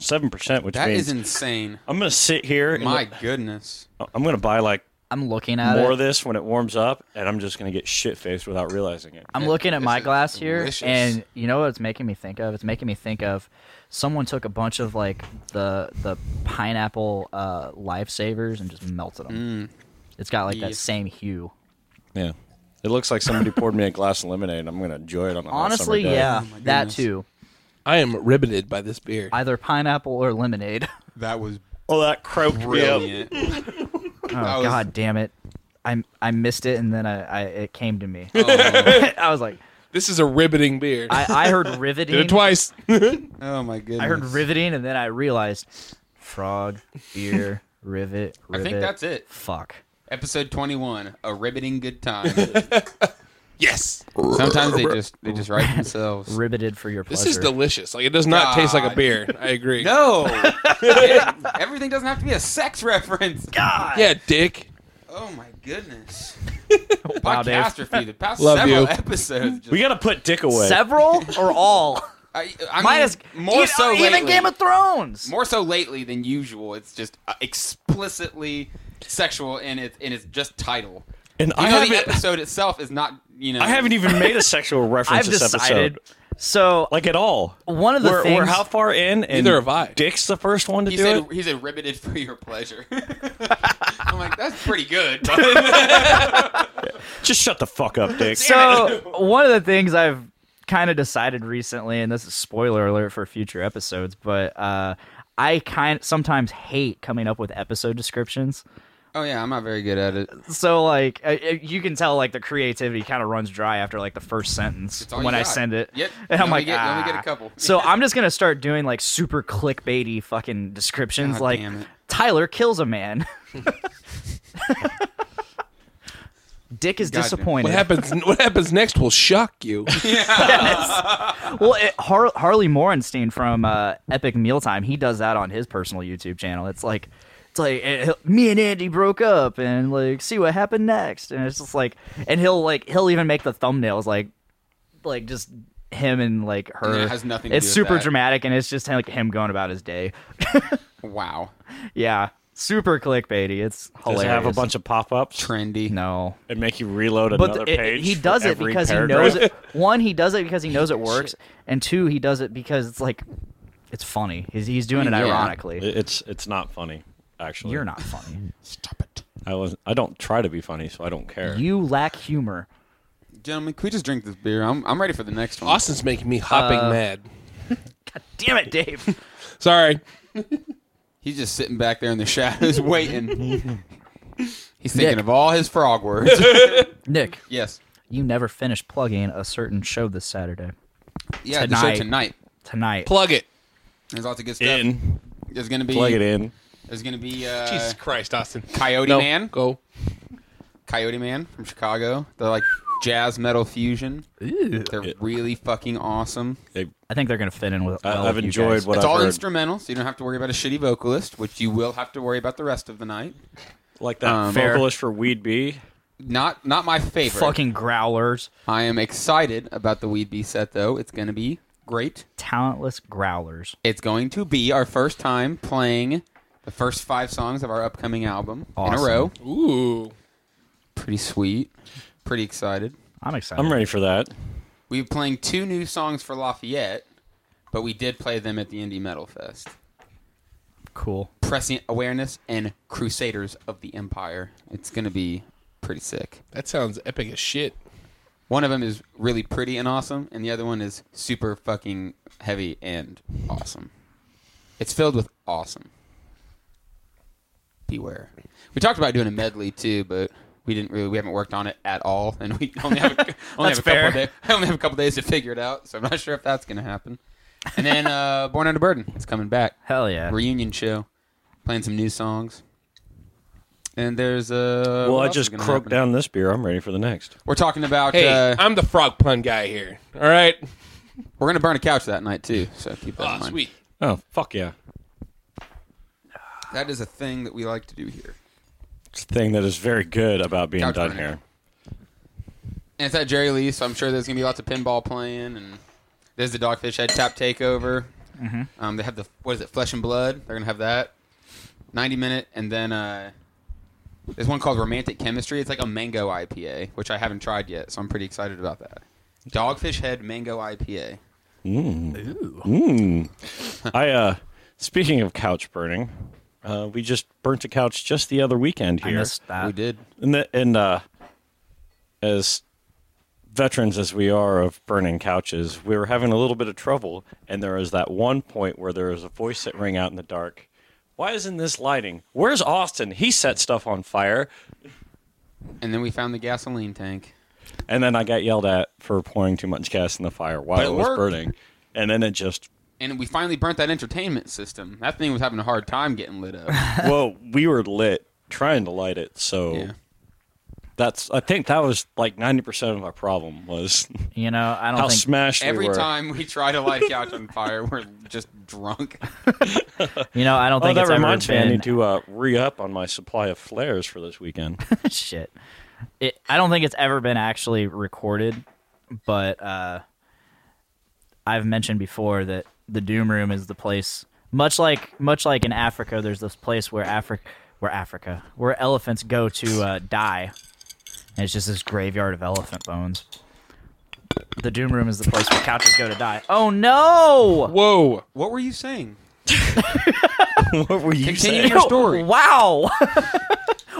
Speaker 7: seven percent, which
Speaker 5: That
Speaker 7: means
Speaker 5: is insane.
Speaker 7: I'm gonna sit here. and
Speaker 5: My goodness.
Speaker 7: I'm gonna buy like
Speaker 1: I'm looking at
Speaker 7: more
Speaker 1: it.
Speaker 7: of this when it warms up, and I'm just gonna get shit faced without realizing it.
Speaker 1: I'm looking at my
Speaker 5: is
Speaker 1: glass here,
Speaker 5: delicious.
Speaker 1: and you know what it's making me think of? It's making me think of someone took a bunch of like the the pineapple uh, lifesavers and just melted
Speaker 5: Mm.
Speaker 1: them. It's got like
Speaker 5: Yeah.
Speaker 1: that same hue.
Speaker 7: Yeah. It looks like somebody poured me a glass of lemonade. and I'm gonna enjoy it on a hot
Speaker 1: Honestly,
Speaker 7: summer day.
Speaker 1: yeah,
Speaker 5: Oh my
Speaker 1: that
Speaker 5: goodness.
Speaker 1: too.
Speaker 6: I am riveted by this beer.
Speaker 1: Either pineapple or lemonade.
Speaker 5: That was
Speaker 7: Oh, that croaked me up.
Speaker 5: brilliant.
Speaker 1: Oh,
Speaker 5: was-
Speaker 1: God damn it! I I missed it, and then I, I it came to me. I was like,
Speaker 6: This is a riveting beer.
Speaker 1: I, I heard
Speaker 6: Did
Speaker 1: riveting.
Speaker 6: it twice.
Speaker 5: Oh my goodness.
Speaker 1: I heard riveting, and then I realized frog beer rivet.
Speaker 5: I
Speaker 1: rivet
Speaker 5: think that's it.
Speaker 1: Fuck.
Speaker 5: Episode twenty-one. A riveting good time.
Speaker 6: yes.
Speaker 5: Sometimes they just they just write themselves.
Speaker 1: Riveted for your pleasure.
Speaker 6: This is delicious. Like it does not taste like a
Speaker 5: God.
Speaker 6: beer. I agree.
Speaker 5: No, everything doesn't have to be a sex reference.
Speaker 1: Ah,
Speaker 6: Yeah, dick.
Speaker 5: Oh my goodness!
Speaker 1: Wow, Dave.
Speaker 5: Podcastrophe. The past
Speaker 6: Love
Speaker 5: several
Speaker 6: you.
Speaker 5: episodes. Just,
Speaker 7: We gotta put dick away.
Speaker 1: Several or all?
Speaker 5: I, I mean,
Speaker 1: Minus
Speaker 5: more
Speaker 1: even,
Speaker 5: so
Speaker 1: even
Speaker 5: lately.
Speaker 1: Game of Thrones.
Speaker 5: more so lately than usual. It's just uh, explicitly sexual in its in its just title.
Speaker 7: and
Speaker 5: You
Speaker 7: I
Speaker 5: know, the
Speaker 7: haven't,
Speaker 5: episode itself is not. You know,
Speaker 7: I haven't even made a sexual reference
Speaker 1: I've
Speaker 7: this
Speaker 1: decided.
Speaker 7: episode,
Speaker 1: So
Speaker 7: like at all.
Speaker 1: One of the
Speaker 7: we're, we're
Speaker 1: things-
Speaker 7: how far in? And
Speaker 6: Neither have I.
Speaker 7: Dick's the first one to
Speaker 5: He
Speaker 7: do
Speaker 5: said
Speaker 7: it.
Speaker 5: he said riveted for your pleasure. I'm like, that's pretty good. But
Speaker 7: Just shut the fuck up, Dick.
Speaker 1: so one of the things I've kind of decided recently, and this is spoiler alert for future episodes, but uh, I kind sometimes hate coming up with episode descriptions.
Speaker 5: Oh yeah, I'm not very good at it.
Speaker 1: so like uh, uh, you can tell like the creativity kind of runs dry after like the first sentence
Speaker 5: all you
Speaker 1: when I
Speaker 5: got.
Speaker 1: send it.
Speaker 5: Yep.
Speaker 1: And I'm
Speaker 5: You only
Speaker 1: like,
Speaker 5: get- you only
Speaker 1: ah.
Speaker 5: get a couple.
Speaker 1: so I'm just gonna start doing like super clickbaity fucking descriptions,
Speaker 5: God
Speaker 1: like
Speaker 5: damn it.
Speaker 1: Tyler kills a man. Dick is
Speaker 5: God damn.
Speaker 1: disappointed.
Speaker 6: What happens? What happens next will shock you.
Speaker 1: Well, it, Har- Harley Morenstein from uh, Epic Mealtime, he does that on his personal YouTube channel. It's like, it's like eh, he'll- me and Andy broke up, and like see what happened next, and it's just like, and he'll like he'll even make the thumbnails like, like just him and like her.
Speaker 5: And it has nothing to
Speaker 1: it's
Speaker 5: do with
Speaker 1: super
Speaker 5: that.
Speaker 1: dramatic, and it's just like him going about his day.
Speaker 5: Wow,
Speaker 1: yeah, super clickbaity. It's
Speaker 7: Does
Speaker 1: hilarious.
Speaker 7: it have a bunch of pop ups
Speaker 5: trendy.
Speaker 1: No,
Speaker 7: and make you reload
Speaker 1: but
Speaker 7: another
Speaker 1: it-
Speaker 7: page?
Speaker 1: he
Speaker 7: for
Speaker 1: does it
Speaker 7: every
Speaker 1: because
Speaker 7: paragraph?
Speaker 1: he knows it. One, he does it because he knows it works, and two, he does it because it's like it's funny. He's he's doing
Speaker 5: mean,
Speaker 1: it
Speaker 5: yeah.
Speaker 1: ironically.
Speaker 7: It- It's it's not funny. Actually,
Speaker 1: You're not funny.
Speaker 7: I was. I don't try to be funny, so I don't care.
Speaker 1: you lack humor.
Speaker 5: Gentlemen, can we just drink this beer? I'm, I'm ready for the next one.
Speaker 6: Austin's making me hopping mad.
Speaker 1: Damn it, Dave.
Speaker 6: Sorry.
Speaker 5: He's just sitting back there in the shadows waiting. He's thinking of all his frog words.
Speaker 1: Nick,
Speaker 5: yes.
Speaker 1: you never finished plugging a certain show this Saturday.
Speaker 5: Yeah, the
Speaker 1: Tonight.
Speaker 5: show tonight.
Speaker 1: Tonight.
Speaker 6: Plug it.
Speaker 5: There's lots of good stuff.
Speaker 7: in,
Speaker 5: There's gonna be
Speaker 7: plug it in.
Speaker 5: There's gonna be uh,
Speaker 6: Jesus Christ, Austin.
Speaker 5: Coyote
Speaker 6: No,
Speaker 5: Man,
Speaker 6: Go.
Speaker 5: Coyote Man from Chicago. They're like jazz metal fusion. They're really fucking awesome.
Speaker 1: I think they're gonna fit in with.
Speaker 7: I,
Speaker 1: well
Speaker 7: I've
Speaker 1: with you
Speaker 7: enjoyed
Speaker 1: guys.
Speaker 7: what
Speaker 5: it's
Speaker 7: I've
Speaker 5: all
Speaker 7: heard.
Speaker 5: instrumental, so you don't have to worry about a shitty vocalist, which you will have to worry about the rest of the night.
Speaker 7: like that
Speaker 5: Um,
Speaker 1: Fair.
Speaker 7: vocalist for Weed B.
Speaker 5: Not not my favorite.
Speaker 1: fucking growlers,
Speaker 5: I am excited about the Weed Bee set though. It's gonna be great.
Speaker 1: talentless growlers.
Speaker 5: It's going to be our first time playing the first five songs of our upcoming album in
Speaker 1: Awesome.
Speaker 5: a row.
Speaker 6: Ooh.
Speaker 5: Pretty sweet. Pretty excited.
Speaker 1: I'm excited.
Speaker 7: I'm ready for that.
Speaker 5: We've playing two new songs for Lafayette, but we did play them at the Indie Metal Fest.
Speaker 1: Cool.
Speaker 5: Prescient Awareness and Crusaders of the Empire. It's going to be pretty sick.
Speaker 6: That sounds epic as shit.
Speaker 5: One of them is really pretty and awesome, and the other one is super fucking heavy and awesome. It's filled with awesome. Beware. We talked about doing a medley too, but we didn't really. We haven't worked on it at all, and we only have a, only
Speaker 1: That's
Speaker 5: have a couple
Speaker 1: fair.
Speaker 5: of days. I only have a couple days to figure it out, so I'm not sure if that's going to happen. And then uh, Born Under Burden, it's coming back
Speaker 1: Hell yeah.
Speaker 5: reunion show, playing some new songs. And there's uh,
Speaker 7: Well,
Speaker 5: what
Speaker 7: I
Speaker 5: else is
Speaker 7: just
Speaker 5: gonna
Speaker 7: croaked
Speaker 5: happen?
Speaker 7: down this beer. I'm ready for the next.
Speaker 5: We're talking about
Speaker 6: Hey,
Speaker 5: uh,
Speaker 6: I'm the frog pun guy here. All right.
Speaker 5: We're gonna burn a couch that night too, so keep that in
Speaker 6: Oh,
Speaker 5: mind.
Speaker 6: sweet.
Speaker 7: Oh fuck yeah!
Speaker 5: That is a thing that we like to do here,
Speaker 7: It's a thing that is very good about being
Speaker 5: Couch
Speaker 7: done
Speaker 5: burning.
Speaker 7: here.
Speaker 5: and it's at Jerry Lee, so I'm sure there's gonna be lots of pinball playing, and there's the Dogfish Head Tap Takeover. Um, they have the what is it, Flesh and Blood? They're gonna have that, 90 minute, and then uh, there's one called Romantic Chemistry. It's like a mango IPA, which I haven't tried yet, so I'm pretty excited about that. Dogfish Head Mango IPA.
Speaker 7: I uh, speaking of couch burning, uh, we just burnt a couch just the other weekend
Speaker 1: I
Speaker 7: here.
Speaker 1: missed that.
Speaker 5: We did.
Speaker 7: And the, and uh, as veterans as we are of burning couches, we were having a little bit of trouble. And there was that one point where there was a voice that rang out in the dark. Why isn't this lighting? Where's Austin? He set stuff on fire.
Speaker 5: And then we found the gasoline tank.
Speaker 7: And then I got yelled at for pouring too much gas in the fire while
Speaker 5: But it
Speaker 7: it was
Speaker 5: worked.
Speaker 7: burning. And then it just
Speaker 5: And we finally burnt that entertainment system. That thing was having a hard time getting lit up.
Speaker 7: well, we were lit trying to light it, so
Speaker 5: Yeah.
Speaker 7: that's. I think that was like ninety percent of my problem was
Speaker 1: You know, I don't
Speaker 7: how
Speaker 1: think
Speaker 7: smashed we
Speaker 5: Every
Speaker 7: were.
Speaker 5: time we try to light a couch on fire, we're just drunk.
Speaker 1: you know I don't
Speaker 7: oh,
Speaker 1: think
Speaker 7: that
Speaker 1: it's ever
Speaker 7: reminds me. I
Speaker 1: been
Speaker 7: need to uh, re up on my supply of flares for this weekend.
Speaker 1: shit. It, I don't think it's ever been actually recorded, but uh, I've mentioned before that the Doom Room is the place. Much like much like in Africa, there's this place where Africa, where Africa, where elephants go to uh, die, and it's just this graveyard of elephant bones. The Doom Room is the place where couches go to die. Oh no!
Speaker 6: Whoa.
Speaker 5: What were you saying?
Speaker 7: what were you
Speaker 5: Continue your story.
Speaker 1: Wow!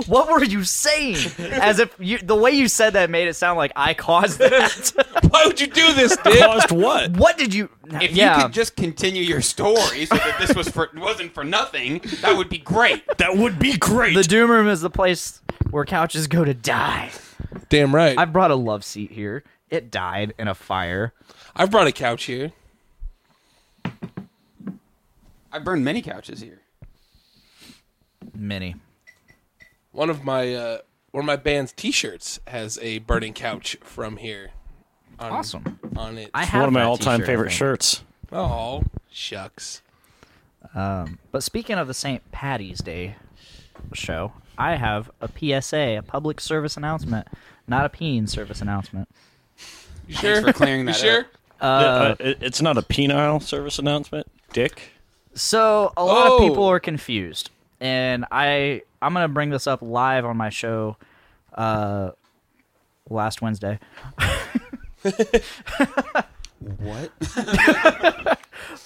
Speaker 1: What were you saying? As if you, the way you said that made it sound like I caused that.
Speaker 6: Why would you do this, dude?
Speaker 7: Caused what?
Speaker 1: what did you?
Speaker 5: If
Speaker 1: yeah,
Speaker 5: you could just continue your story so that this was for wasn't for nothing, that would be great.
Speaker 7: That would be great.
Speaker 1: the Doom Room is the place where couches go to die.
Speaker 6: Damn right.
Speaker 1: I
Speaker 6: I've,
Speaker 1: brought a love seat here. It died in a fire.
Speaker 6: brought a couch here.
Speaker 5: I burned many couches here.
Speaker 1: Many.
Speaker 6: One of my uh, one of my band's T-shirts has a burning couch from here. On,
Speaker 1: Awesome.
Speaker 6: on it.
Speaker 1: I have
Speaker 7: One of my
Speaker 1: that
Speaker 7: all time
Speaker 1: t-shirt, I
Speaker 7: favorite
Speaker 1: think.
Speaker 7: shirts.
Speaker 6: oh shucks.
Speaker 1: But speaking of the St. Patty's Day show, I have a PSA, a public service announcement, not a peen service announcement.
Speaker 6: You sure?
Speaker 5: for clearing that
Speaker 6: you sure?
Speaker 5: up.
Speaker 7: Uh, it- it's not a penile service announcement, Dick.
Speaker 1: So a lot
Speaker 6: Oh.
Speaker 1: of people are confused, and I I'm gonna bring this up live on my show, uh, last Wednesday.
Speaker 5: What?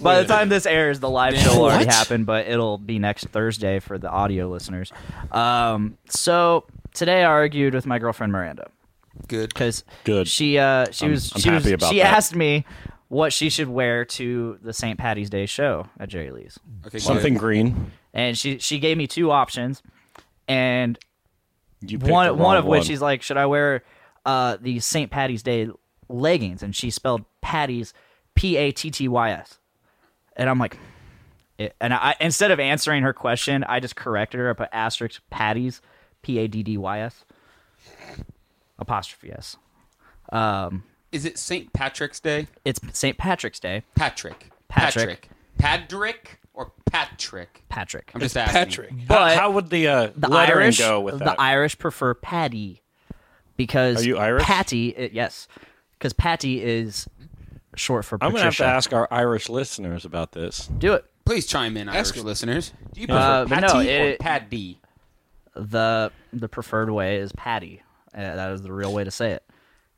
Speaker 1: By the time this airs, the live show will already
Speaker 6: What?
Speaker 1: happened, but it'll be next Thursday for the audio listeners. Um, so today I argued with my girlfriend Miranda.
Speaker 5: Good.
Speaker 1: because
Speaker 7: Good.
Speaker 1: she uh she was
Speaker 7: I'm
Speaker 1: she was-
Speaker 7: happy about
Speaker 1: she
Speaker 7: that.
Speaker 1: asked me what she should wear to the St. Patty's Day show at Jerry Lee's,
Speaker 5: Okay.
Speaker 7: Something
Speaker 5: Good.
Speaker 7: green.
Speaker 1: and she she gave me two options, and
Speaker 7: You picked the
Speaker 1: one
Speaker 7: wrong
Speaker 1: one of which
Speaker 7: one.
Speaker 1: she's like, should I wear uh the St. Patty's Day leggings? And she spelled Patty's P A T T Y S, and I'm like. It, and I instead of answering her question, I just corrected her. I put asterisk Patty's, P A D D Y S, apostrophe S.
Speaker 5: Is it St. Patrick's Day?
Speaker 1: It's St. Patrick's Day.
Speaker 5: Patrick.
Speaker 1: Patrick.
Speaker 5: Patrick. Patrick or Patrick?
Speaker 1: Patrick.
Speaker 5: I'm just asking.
Speaker 6: Patrick.
Speaker 1: But
Speaker 7: How would the, uh,
Speaker 1: the
Speaker 7: lettering
Speaker 1: Irish,
Speaker 7: go with that?
Speaker 1: the Irish prefer patty because
Speaker 7: Are you Irish?
Speaker 1: Patty, it, yes, because patty is short for
Speaker 7: I'm
Speaker 1: Patricia.
Speaker 7: gonna have to ask our Irish listeners about this.
Speaker 1: Do it.
Speaker 5: Please chime in, Irish
Speaker 6: Ask-
Speaker 5: listeners. Do you prefer
Speaker 1: Uh, but no,
Speaker 5: Patty or
Speaker 1: it-
Speaker 5: Paddy?
Speaker 1: the The preferred way is patty. Uh, that is the real way to say it.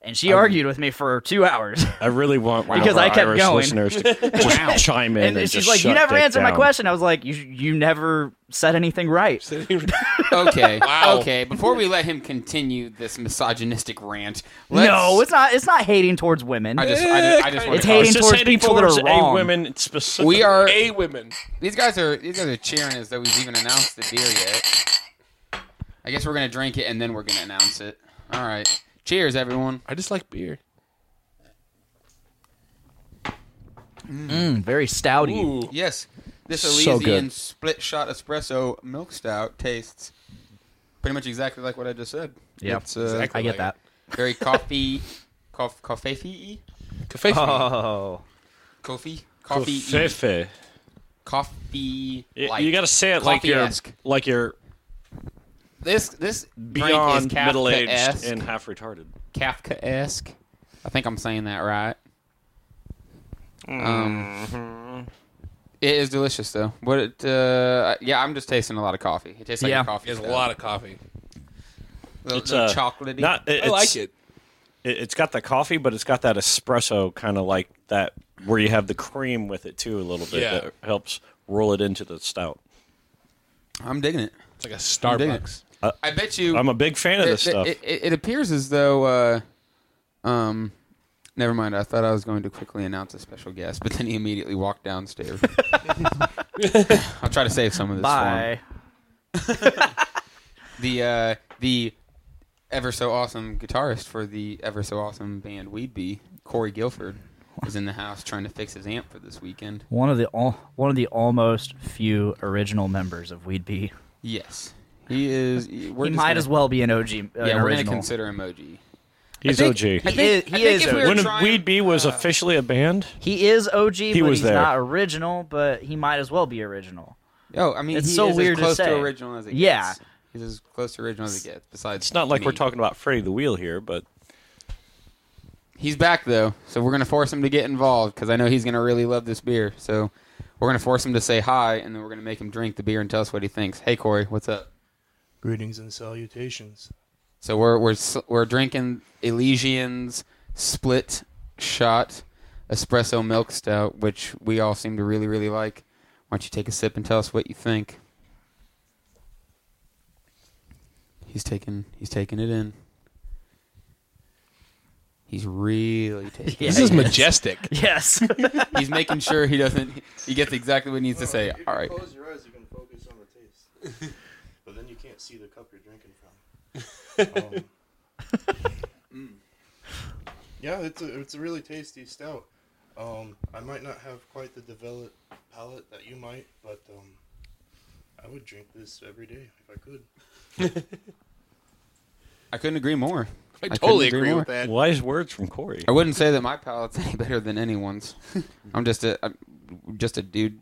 Speaker 1: And she argued with me for two hours,
Speaker 7: I really want one
Speaker 1: Because
Speaker 7: of our
Speaker 1: I kept
Speaker 7: Irish
Speaker 1: going.
Speaker 7: listeners to just chime in.
Speaker 1: and,
Speaker 7: And,
Speaker 1: she's
Speaker 7: just
Speaker 1: like, "You
Speaker 7: shut
Speaker 1: never
Speaker 7: Dick
Speaker 1: answered my
Speaker 7: down.
Speaker 1: question." I was like, "You you never said anything right."
Speaker 5: Okay.
Speaker 6: Wow.
Speaker 5: Okay. Before we let him continue this misogynistic rant, let's,
Speaker 1: No, it's not. It's not hating towards women.
Speaker 5: I just, I just, I just want
Speaker 1: It's
Speaker 5: to.
Speaker 1: hating
Speaker 7: It's just
Speaker 1: towards
Speaker 7: hating
Speaker 1: people that
Speaker 7: towards
Speaker 1: are wrong.
Speaker 7: A women specifically.
Speaker 5: We are.
Speaker 6: A women.
Speaker 5: These guys are. These guys are cheering as though we've even announced the beer yet. I guess we're gonna drink it and then we're gonna announce it. All right. Cheers, everyone.
Speaker 6: I just like beer.
Speaker 1: Mm, very stouty.
Speaker 6: Ooh.
Speaker 5: Yes, this
Speaker 7: So
Speaker 5: Elysian
Speaker 7: good.
Speaker 5: split shot espresso milk stout tastes pretty much exactly like what I just said.
Speaker 1: Yeah,
Speaker 5: it's, uh,
Speaker 1: I get that.
Speaker 5: very coffee, coff, coffee,
Speaker 6: Cafe.
Speaker 1: Oh,
Speaker 5: coffee, coffee,
Speaker 7: Fefe.
Speaker 5: coffee.
Speaker 7: You, you gotta say it like you're
Speaker 5: coffee-esque.
Speaker 7: like you're
Speaker 5: This this drink is
Speaker 7: beyond middle aged
Speaker 5: Kafka-esque.
Speaker 7: and half retarded.
Speaker 5: Kafka esque. I think I'm saying that right. Um,
Speaker 7: Mm-hmm.
Speaker 5: it is delicious though. What? It, uh, yeah, I'm just tasting a lot of coffee. It tastes like
Speaker 1: Yeah.
Speaker 5: a coffee.
Speaker 6: There's a lot of coffee.
Speaker 5: the,
Speaker 7: It's
Speaker 5: the
Speaker 7: uh,
Speaker 5: chocolatey.
Speaker 7: Not, it,
Speaker 6: I
Speaker 7: it's-
Speaker 6: like it.
Speaker 7: it. It's got the coffee, but it's got that espresso kind of like that where you have the cream with it too a little bit
Speaker 6: Yeah.
Speaker 7: that helps roll it into the stout.
Speaker 5: I'm digging it.
Speaker 6: It's like a
Speaker 5: I'm digging it.
Speaker 6: Starbucks.
Speaker 5: I bet you.
Speaker 7: I'm a big fan of
Speaker 5: it,
Speaker 7: this
Speaker 5: it-
Speaker 7: stuff.
Speaker 5: It, it, it appears as though. Uh, um, never mind. I thought I was going to quickly announce a special guest, but then he immediately walked downstairs. I'll try to save some of this. For him.
Speaker 1: bye.
Speaker 5: the uh, the ever so awesome guitarist for the ever so awesome band We'd Be, Corey Guilford, is in the house trying to fix his amp for this weekend.
Speaker 1: One of the al- one of the almost few original members of We'd Be.
Speaker 5: Yes, he is. We're
Speaker 1: he
Speaker 5: just
Speaker 1: might
Speaker 5: gonna-
Speaker 1: as well be an OG. an
Speaker 5: Yeah, we're gonna
Speaker 1: original.
Speaker 5: consider emoji.
Speaker 7: He's
Speaker 5: think-
Speaker 7: OG.
Speaker 5: I
Speaker 1: He is-
Speaker 5: think, I
Speaker 1: he
Speaker 5: think
Speaker 1: is
Speaker 5: if we
Speaker 1: OG.
Speaker 5: were
Speaker 7: When
Speaker 5: trying-
Speaker 7: Weed Bee
Speaker 5: uh,
Speaker 7: was officially a band,
Speaker 1: He is OG, but
Speaker 7: was
Speaker 1: he's
Speaker 7: there.
Speaker 1: not original. But he might as well be original.
Speaker 5: oh, I mean,
Speaker 1: It's
Speaker 5: he
Speaker 1: so
Speaker 5: is
Speaker 1: weird
Speaker 5: as
Speaker 1: to
Speaker 5: close to,
Speaker 1: say.
Speaker 5: original as it
Speaker 1: Yeah.
Speaker 5: gets. He's as close to original as it gets. Besides,
Speaker 7: it's not like we're
Speaker 5: me.
Speaker 7: talking about Freddie the Wheel here, but
Speaker 5: He's back though, so we're gonna force him to get involved because I know he's gonna really love this beer. So we're gonna force him to say hi, and then we're gonna make him drink the beer and tell us what he thinks. Hey, Corey, what's up?
Speaker 9: Greetings and salutations.
Speaker 5: So we're we're s- we're drinking Elysian's split shot espresso milk stout, which we all seem to really really like. Why don't you take a sip and tell us what you think? He's taking he's taking it in. He's really taking. it
Speaker 6: This is majestic.
Speaker 1: Yes.
Speaker 5: in. He's making sure he doesn't. He gets exactly what he needs to say. All right.
Speaker 9: Close your eyes. You can focus on the taste. but then you can't see the cup you're drinking from. Um, mm. Yeah, it's a it's a really tasty stout. Um, I might not have quite the developed palate that you might, but um, I would drink this every day if I could.
Speaker 5: I couldn't agree more.
Speaker 6: I
Speaker 5: couldn't
Speaker 6: totally agree with
Speaker 5: more.
Speaker 7: Wise words from Corey.
Speaker 5: I wouldn't say that my palate's any better than anyone's. I'm just a I'm just a dude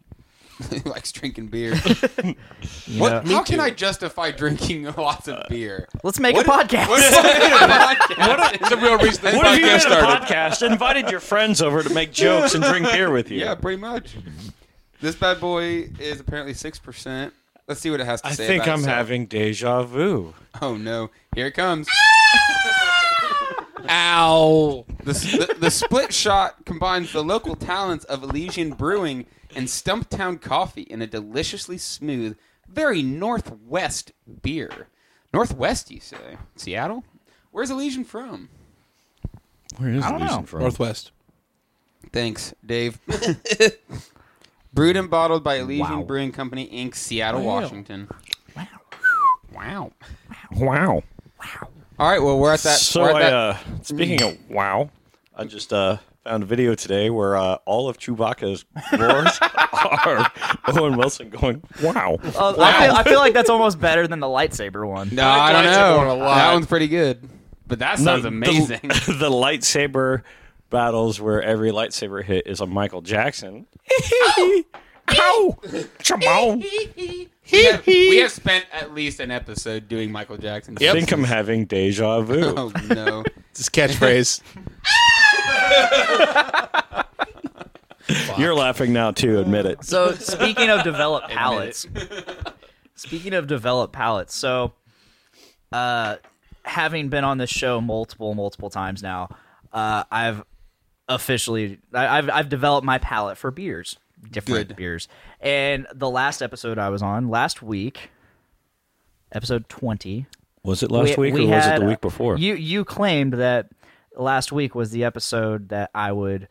Speaker 5: who likes drinking beer. what? How can I justify drinking lots of beer?
Speaker 1: Let's make
Speaker 5: What
Speaker 1: a
Speaker 5: if-
Speaker 1: podcast.
Speaker 5: What if I made a podcast?
Speaker 6: It's the real reason this
Speaker 7: What if you
Speaker 6: podcast
Speaker 7: did a
Speaker 6: started.
Speaker 7: podcast, invited your friends over to make jokes and drink beer with you?
Speaker 5: Yeah, pretty much. This bad boy is apparently six percent. Let's see what it has to
Speaker 7: I
Speaker 5: say.
Speaker 7: think
Speaker 5: about
Speaker 7: I'm
Speaker 5: itself.
Speaker 7: having deja vu.
Speaker 5: Oh no! Here it comes.
Speaker 6: Ow.
Speaker 5: The, the, the split shot combines the local talents of Elysian Brewing and Stumptown Coffee in a deliciously smooth, very Northwest beer. Northwest, you say? Seattle? Where's Elysian from?
Speaker 7: Where is
Speaker 1: I don't
Speaker 7: Elysian
Speaker 1: know.
Speaker 7: from?
Speaker 6: Northwest.
Speaker 5: Thanks, Dave. Brewed and bottled by Elysian
Speaker 1: Wow.
Speaker 5: Brewing Company, Inc., Seattle, Washington. Wow.
Speaker 7: Wow.
Speaker 5: All right, well, we're at that.
Speaker 7: So
Speaker 5: we're at
Speaker 7: I,
Speaker 5: that-
Speaker 7: uh, speaking of wow, I just uh, found a video today where uh, all of Chewbacca's roars are Owen Wilson going wow.
Speaker 1: Uh, I, feel, I feel like that's almost better than the lightsaber one.
Speaker 5: no, I don't
Speaker 6: Giants are going
Speaker 5: know.
Speaker 6: a lot.
Speaker 5: That one's pretty good. But that sounds
Speaker 7: The-
Speaker 5: amazing.
Speaker 7: The, the lightsaber battles where every lightsaber hit is a Michael Jackson. Ow! Jamon.
Speaker 5: we, have, we have spent at least an episode doing Michael Jackson.
Speaker 7: I think I'm having deja vu.
Speaker 5: Oh no.
Speaker 6: This catchphrase.
Speaker 7: You're laughing now too. Admit it.
Speaker 1: So speaking of developed palettes, speaking of developed palettes, so uh, having been on this show multiple, multiple times now, uh, I've officially I, I've I've developed my palate for beers, different
Speaker 5: Good.
Speaker 1: beers. And the last episode I was on last week, episode twenty,
Speaker 7: Was it last week or was it
Speaker 1: had-
Speaker 7: the week before?
Speaker 1: You you claimed that last week was the episode that I would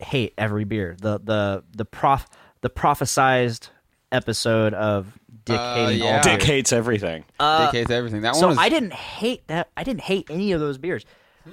Speaker 1: hate every beer. The the the prof the prophesized episode of Dick hating all
Speaker 5: Uh, yeah.
Speaker 1: beer.
Speaker 7: Dick hates everything.
Speaker 1: Uh,
Speaker 5: Dictates everything. That
Speaker 1: So
Speaker 5: one was
Speaker 1: I didn't hate that. I didn't hate any of those beers.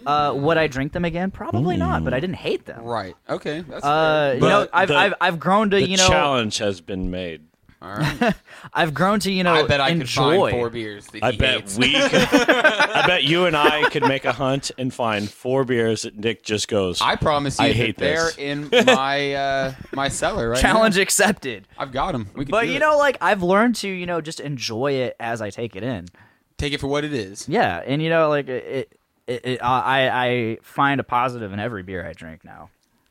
Speaker 1: Uh, would I drink them again? Probably not.
Speaker 7: Hmm.
Speaker 1: But I didn't hate them.
Speaker 5: right. Okay. That's
Speaker 1: Uh, you
Speaker 7: But
Speaker 1: know, I've,
Speaker 7: the-
Speaker 1: I've I've grown to
Speaker 7: The
Speaker 1: you know
Speaker 7: challenge has been made.
Speaker 5: fair. All right.
Speaker 1: I've grown to you know
Speaker 5: I bet I
Speaker 1: enjoy.
Speaker 5: could find four beers that
Speaker 7: I
Speaker 5: he
Speaker 7: bet
Speaker 5: hates.
Speaker 7: we. Could, I bet you and I could make a hunt and find four beers that Nick just goes.
Speaker 5: I promise you
Speaker 7: I
Speaker 5: that
Speaker 7: hate
Speaker 5: they're
Speaker 7: this.
Speaker 5: in my uh, my cellar right
Speaker 1: Challenge
Speaker 5: now.
Speaker 1: accepted.
Speaker 5: I've got them. We can
Speaker 1: But
Speaker 5: do
Speaker 1: you
Speaker 5: it.
Speaker 1: know, like I've learned to, you know, just enjoy it as I take it in.
Speaker 5: take it for what it is.
Speaker 1: Yeah, and you know, like it, it, it I, I find a positive in every beer I drink now,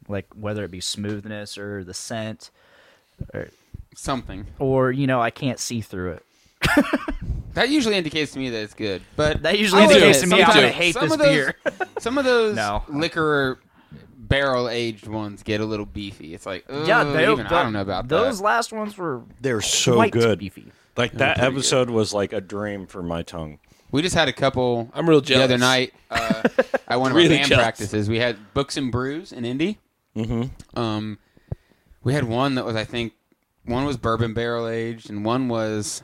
Speaker 1: like whether it be smoothness or the scent,
Speaker 5: Something.
Speaker 1: or you know, I can't see through it.
Speaker 5: That usually indicates to me that it's good. But
Speaker 1: That usually
Speaker 5: I'll admit,
Speaker 1: indicates to me I'm gonna
Speaker 5: sometimes-
Speaker 1: hate
Speaker 5: some
Speaker 1: this
Speaker 5: of those,
Speaker 1: beer.
Speaker 5: Some of those
Speaker 1: No.
Speaker 5: liquor barrel aged ones get a little beefy. It's like, ugh,
Speaker 1: yeah, they,
Speaker 5: Mm, even, I don't know about
Speaker 1: those
Speaker 5: that.
Speaker 1: last ones were
Speaker 7: They're so
Speaker 1: quite
Speaker 7: good.
Speaker 1: beefy.
Speaker 7: Like that episode was like a dream for my tongue.
Speaker 5: We just had a couple.
Speaker 6: I'm real
Speaker 5: the other
Speaker 6: jealous.
Speaker 5: night uh, at one of
Speaker 6: Really
Speaker 5: our band
Speaker 6: jealous.
Speaker 5: practices. We had Books and Brews in Indy. Mm-hmm. Um, we had one that was, I think, one was bourbon barrel aged, and one was,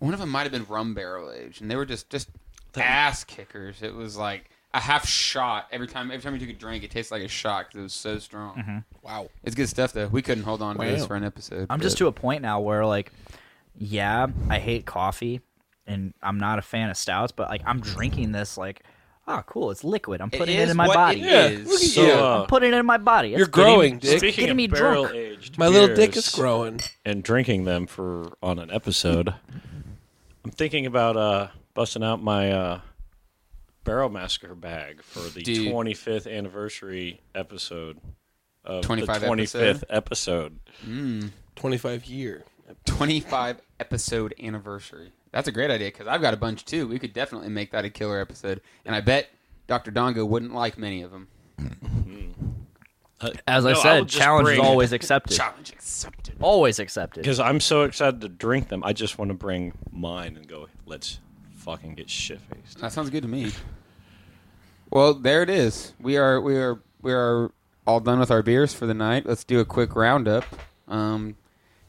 Speaker 5: one of them might have been rum barrel aged, and they were just just ass kickers. It was like a half shot every time. Every time you took a drink, it tasted like a shot because it was so strong.
Speaker 6: Mm-hmm. Wow.
Speaker 5: It's good stuff though. We couldn't hold on to this for an episode.
Speaker 1: I'm
Speaker 5: but-
Speaker 1: just to a point now where like, yeah, I hate coffee, and I'm not a fan of stouts, but like I'm drinking this like, ah, cool, it's liquid. I'm putting it,
Speaker 5: is
Speaker 1: in my
Speaker 5: what
Speaker 1: body.
Speaker 5: It
Speaker 6: Yeah,
Speaker 5: is.
Speaker 6: look at
Speaker 7: So
Speaker 6: you.
Speaker 7: uh,
Speaker 1: I'm putting it in my body. It's
Speaker 6: You're
Speaker 1: getting-
Speaker 6: growing, Dick.
Speaker 7: speaking
Speaker 1: getting
Speaker 7: of
Speaker 1: me drunk.
Speaker 7: barrel aged,
Speaker 6: My little dick is growing.
Speaker 7: and drinking them for on an episode. I'm thinking about uh, busting out my uh, Barrel Massacre bag for the
Speaker 5: Dude.
Speaker 7: 25th anniversary episode of
Speaker 5: 25
Speaker 7: the 25th episode.
Speaker 6: 25 year.
Speaker 5: 25 episode anniversary. That's a great idea because I've got a bunch too. We could definitely make that a killer episode, and I bet Dr. Dongo wouldn't like many of them.
Speaker 1: As I
Speaker 7: No, I
Speaker 1: said,
Speaker 7: would just
Speaker 1: challenge is
Speaker 7: bring-
Speaker 1: always accepted.
Speaker 5: Challenge accepted.
Speaker 1: Always accepted.
Speaker 7: Because I'm so excited to drink them, I just want to bring mine and go. Let's fucking get shit faced.
Speaker 5: That sounds good to me. Well, there it is. We are we are we are all done with our beers for the night. Let's do a quick roundup. Um,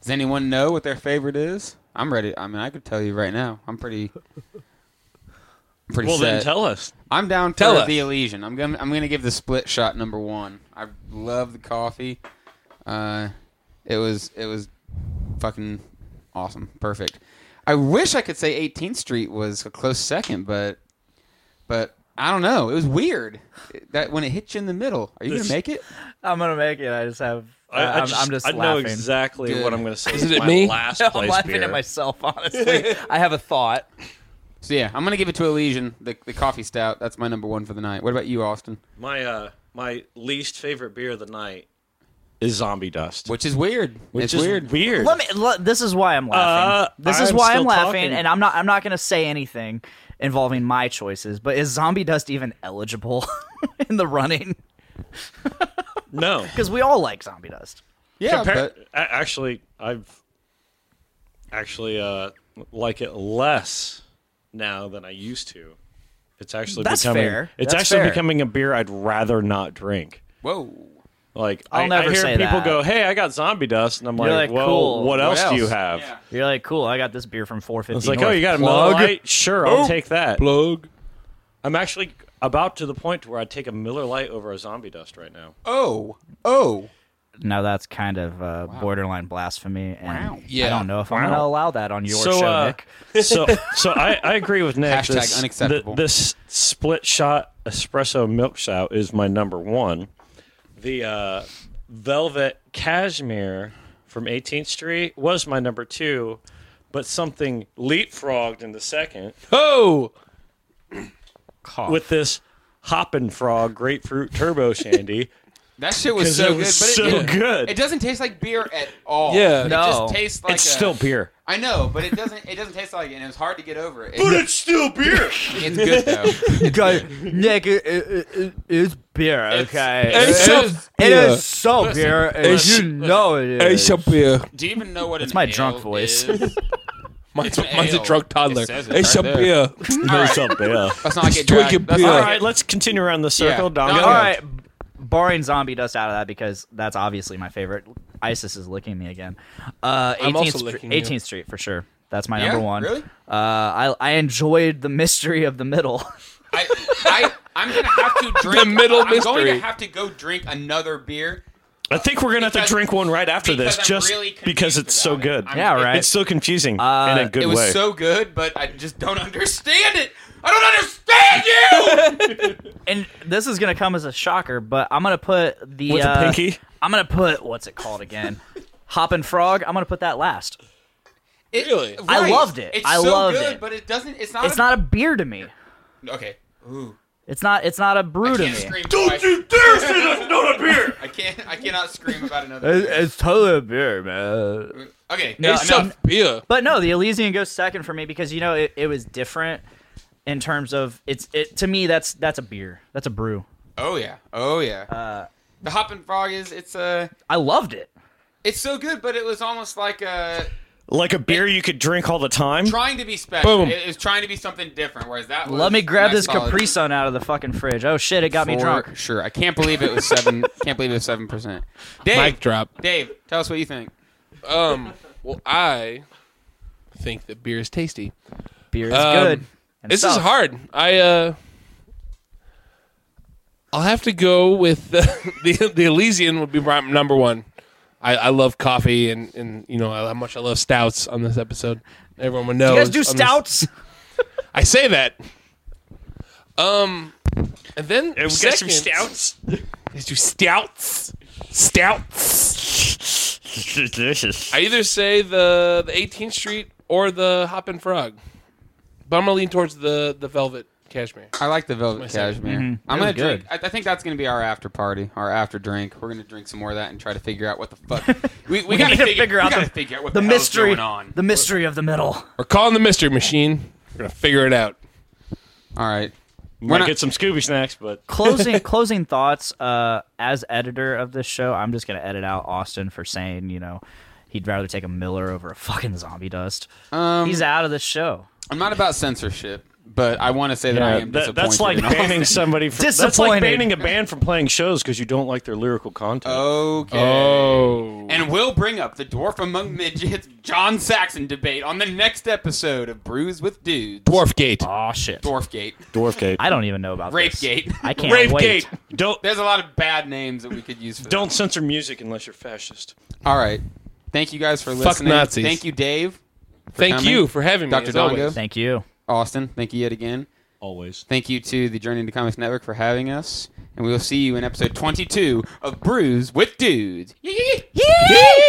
Speaker 5: does anyone know what their favorite is? I'm ready. I mean, I could tell you right now. I'm pretty. I'm pretty
Speaker 7: Well, then
Speaker 5: set.
Speaker 7: tell us.
Speaker 5: I'm down for
Speaker 6: Tell us.
Speaker 5: the Elysian. I'm gonna I'm gonna give the split shot number one. I love the coffee. Uh, it was it was fucking awesome, perfect. I wish I could say 18th Street was a close second, but but I don't know. It was weird It- that when it hit you in the middle. Are you gonna
Speaker 7: This-
Speaker 5: make it?
Speaker 1: I'm gonna make it. I just have. I,
Speaker 7: I, I
Speaker 1: am
Speaker 7: just,
Speaker 1: Uh, I'm just
Speaker 7: I know
Speaker 1: laughing.
Speaker 7: exactly
Speaker 5: Good.
Speaker 7: what I'm going to say.
Speaker 6: Isn't it
Speaker 7: my
Speaker 6: me?
Speaker 7: Last
Speaker 1: I'm
Speaker 7: place
Speaker 1: laughing
Speaker 7: beer.
Speaker 1: at myself. Honestly, I have a thought.
Speaker 5: So yeah, I'm gonna give it to Elysian, the the coffee stout. That's my number one for the night. What about you, Austin?
Speaker 7: My uh, my least favorite beer of the night is Zombie Dust,
Speaker 5: Which is weird. it's weird.
Speaker 7: Weird.
Speaker 1: Let me. Let, this is why I'm laughing.
Speaker 7: Uh,
Speaker 1: this is
Speaker 7: I'm
Speaker 1: why I'm
Speaker 7: still
Speaker 1: laughing,
Speaker 7: talking.
Speaker 1: and I'm not. I'm not gonna say anything involving my choices. But is zombie dust even eligible in the running?
Speaker 7: no.
Speaker 1: Because we all like zombie dust.
Speaker 5: Yeah,
Speaker 7: Compar-
Speaker 5: but
Speaker 7: a- actually, I've actually uh, like it less now than I used to. It's actually
Speaker 1: That's
Speaker 7: becoming
Speaker 1: fair.
Speaker 7: it's
Speaker 1: That's
Speaker 7: actually
Speaker 1: fair.
Speaker 7: becoming a beer I'd rather not drink.
Speaker 5: whoa.
Speaker 7: Like
Speaker 1: I'll
Speaker 7: I,
Speaker 1: never
Speaker 7: I hear
Speaker 1: say
Speaker 7: people
Speaker 1: that.
Speaker 7: go, "Hey, I got zombie dust," and I'm
Speaker 1: You're
Speaker 7: like,
Speaker 1: like,
Speaker 7: "Well,
Speaker 1: cool.
Speaker 7: what, else, do you
Speaker 5: else?"
Speaker 7: have?"
Speaker 5: Yeah.
Speaker 1: You're like, cool. I got this beer from 450.
Speaker 7: It's like, "Oh, you got a Miller Lite? Sure, I'll take that."
Speaker 6: Plug.
Speaker 7: I'm actually about to the point to where I'd take a Miller Lite over a zombie dust right now.
Speaker 5: Oh, oh.
Speaker 1: Now that's kind of uh, borderline blasphemy, and I
Speaker 6: Yeah.
Speaker 1: don't know if I'm gonna allow that on your
Speaker 7: so,
Speaker 1: show,
Speaker 7: uh,
Speaker 1: Nick.
Speaker 7: so, so I, I agree with Nick.
Speaker 5: Hashtag
Speaker 7: this,
Speaker 5: unacceptable.
Speaker 7: th- this split shot espresso milk shout is my number one. The uh, velvet cashmere from 18th Street was my number two, but something leapfrogged in the second
Speaker 6: Oh,
Speaker 5: Oh.
Speaker 7: with this hoppin' frog grapefruit turbo shandy.
Speaker 5: That shit was
Speaker 7: 'Cause
Speaker 5: so
Speaker 7: it
Speaker 5: good.
Speaker 7: was
Speaker 5: but it,
Speaker 7: so
Speaker 5: it,
Speaker 7: good.
Speaker 5: It doesn't taste like beer at all.
Speaker 6: Yeah.
Speaker 5: it
Speaker 1: No.
Speaker 5: just tastes like
Speaker 7: it's
Speaker 5: a-
Speaker 7: still beer.
Speaker 5: I know, but it doesn't. It doesn't taste like it. and It was hard to get over it.
Speaker 7: But
Speaker 5: It-
Speaker 7: it's still beer.
Speaker 5: it's good though.
Speaker 1: Guys, Nick, it, it, it, it's beer, okay?
Speaker 6: it's
Speaker 1: It
Speaker 6: so
Speaker 1: is- it
Speaker 6: beer.
Speaker 1: is so beer, and
Speaker 6: it's-
Speaker 1: you know it
Speaker 6: hey,
Speaker 1: is.
Speaker 6: some beer.
Speaker 5: Do you even know what? It's
Speaker 1: my drunk voice.
Speaker 6: Mine's,
Speaker 5: It's
Speaker 6: mine's a
Speaker 5: ale.
Speaker 6: drunk toddler.
Speaker 5: It says it
Speaker 6: Hey,
Speaker 5: right
Speaker 6: some
Speaker 5: there.
Speaker 6: beer.
Speaker 7: It's a beer.
Speaker 5: Let's not get
Speaker 6: Drink a
Speaker 5: dragged. Let's
Speaker 6: beer.
Speaker 7: All
Speaker 5: not
Speaker 7: right,
Speaker 5: get-
Speaker 7: let's continue around the circle.
Speaker 5: Yeah.
Speaker 7: Dongo.
Speaker 5: No,
Speaker 1: All right, barring zombie dust out of that because that's obviously my favorite. ISIS is licking me again. Uh, 18th,
Speaker 6: I'm also
Speaker 1: Stre-
Speaker 6: licking you.
Speaker 1: 18th Street for sure. That's my
Speaker 5: Yeah?
Speaker 1: number one.
Speaker 5: Really?
Speaker 1: Uh, I I enjoyed the mystery of the middle.
Speaker 5: I, I, I'm gonna have to drink.
Speaker 6: middle
Speaker 5: I'm going to
Speaker 6: mystery.
Speaker 5: have to go drink another beer
Speaker 7: I think we're gonna have
Speaker 5: Because-
Speaker 7: to drink one right after
Speaker 5: because
Speaker 7: this,
Speaker 5: I'm
Speaker 7: just
Speaker 5: really confused
Speaker 7: because it's so
Speaker 5: about it.
Speaker 7: good.
Speaker 5: I'm-
Speaker 1: Yeah,
Speaker 5: it-
Speaker 1: right. Uh,
Speaker 7: It's so confusing in a good
Speaker 5: It was
Speaker 7: way.
Speaker 5: so good, but I just don't understand it. I don't understand you.
Speaker 1: and this is gonna come as a shocker, but I'm gonna put the
Speaker 7: With a
Speaker 1: uh,
Speaker 7: pinky?
Speaker 1: I'm gonna put what's it called again? Hoppin' frog. I'm gonna put that last.
Speaker 5: It-
Speaker 6: Really?
Speaker 1: I
Speaker 5: right.
Speaker 1: loved it.
Speaker 5: It's
Speaker 1: I
Speaker 5: so
Speaker 1: loved
Speaker 5: good,
Speaker 1: it.
Speaker 5: but it doesn't. It's not.
Speaker 1: It's
Speaker 5: a-
Speaker 1: not a beer to me.
Speaker 5: Okay. Ooh.
Speaker 1: It's not. It's not a brew to me.
Speaker 5: can't scream Don't you dare say that's not a beer! I can't. I cannot scream about another. beer.
Speaker 1: totally a beer, man.
Speaker 5: Okay.
Speaker 1: No,
Speaker 6: Hey, some beer.
Speaker 1: But no, the Elysian goes second for me because you know it, it was different in terms of it's it to me that's that's a beer. That's a brew.
Speaker 5: Oh yeah. Oh yeah. Uh, the hoppin' frog is it's uh,
Speaker 1: I loved it.
Speaker 5: it's so good, but it was almost like uh,
Speaker 7: like a beer you could drink all the time.
Speaker 5: trying to be special.
Speaker 6: Boom.
Speaker 5: It, it was trying to be something different. Whereas that. Was
Speaker 1: Let me grab
Speaker 5: nice
Speaker 1: this
Speaker 5: solid
Speaker 1: Capri Sun out of the fucking fridge. Oh shit, it got me
Speaker 5: for
Speaker 1: drunk.
Speaker 5: Sure. I can't believe it was seven. can't believe it was seven percent. Dave.
Speaker 6: Mic drop.
Speaker 5: Dave, tell us what you think.
Speaker 6: Um, well, I think that beer is tasty.
Speaker 1: Beer is
Speaker 6: Um,
Speaker 1: good. and
Speaker 6: this is
Speaker 1: stuff.
Speaker 6: hard. I uh, I'll have to go with the the, the Elysian would be my number one. I, I love coffee and and you know how much I love stouts on this episode. Everyone would know.
Speaker 1: You guys do
Speaker 6: on this-
Speaker 1: stouts?
Speaker 6: I say that. Um, and then
Speaker 7: And we got
Speaker 6: second-
Speaker 7: some stouts.
Speaker 6: Let's do stouts. Stouts.
Speaker 7: Delicious.
Speaker 6: I either say the the 18th Street or the Hoppin' Frog, but I'm gonna lean towards the the Velvet Cashmere.
Speaker 5: I like the velvet
Speaker 6: second.
Speaker 5: cashmere. I'm
Speaker 1: It
Speaker 5: gonna
Speaker 1: was
Speaker 5: drink. I, I think that's gonna be our after party, our after drink. We're gonna drink some more of that and try to figure out what the fuck. We, we, gotta
Speaker 1: need to
Speaker 5: figure,
Speaker 1: figure out
Speaker 5: we gotta
Speaker 1: the-
Speaker 5: figure out what
Speaker 1: The
Speaker 5: the, hell's
Speaker 1: mystery.
Speaker 5: going on.
Speaker 1: The mystery of the middle.
Speaker 6: We're calling the Mystery Machine. We're gonna figure it out.
Speaker 5: All right.
Speaker 7: Might
Speaker 5: not-
Speaker 7: get some Scooby snacks, but
Speaker 1: closing closing thoughts uh as editor of this show i'm just gonna edit out austin for saying you know he'd rather take a miller over a fucking zombie dust
Speaker 5: Um,
Speaker 1: he's out of this show
Speaker 5: I'm not about censorship, but I want to say that I
Speaker 7: yeah,
Speaker 5: am
Speaker 7: that,
Speaker 5: disappointed.
Speaker 7: that's like
Speaker 5: in all-
Speaker 7: banning somebody. From, that's like
Speaker 1: Disappointed.
Speaker 7: banning a band from playing shows because you don't like their lyrical content.
Speaker 5: Okay.
Speaker 6: Oh.
Speaker 5: And we'll bring up the Dwarf Among Midgets John Saxon debate on the next episode of Brews with Dudes.
Speaker 6: Dwarfgate.
Speaker 1: oh shit
Speaker 5: Dwarfgate.
Speaker 7: Dwarfgate.
Speaker 1: i don't even know about this.
Speaker 5: Rapegate.
Speaker 1: i can't wait
Speaker 6: Ravegate.
Speaker 7: Don't
Speaker 5: There's a lot of bad names that we could use for
Speaker 7: don't censor music unless you're fascist.
Speaker 5: that. All right. Thank you guys for
Speaker 6: Fuck
Speaker 5: listening.
Speaker 6: Nazis.
Speaker 5: Thank you, Dave.
Speaker 6: Thank
Speaker 5: coming.
Speaker 6: you for having me.
Speaker 5: Dr.
Speaker 6: as
Speaker 5: Dongo.
Speaker 6: always.
Speaker 1: thank you
Speaker 5: Austin, thank you yet again.
Speaker 7: Always.
Speaker 5: Thank you to the Journey into Comics Network for having us. And we will see you in episode 22 of Brews with Dudes. Yeah, yeah, yeah. Yeah!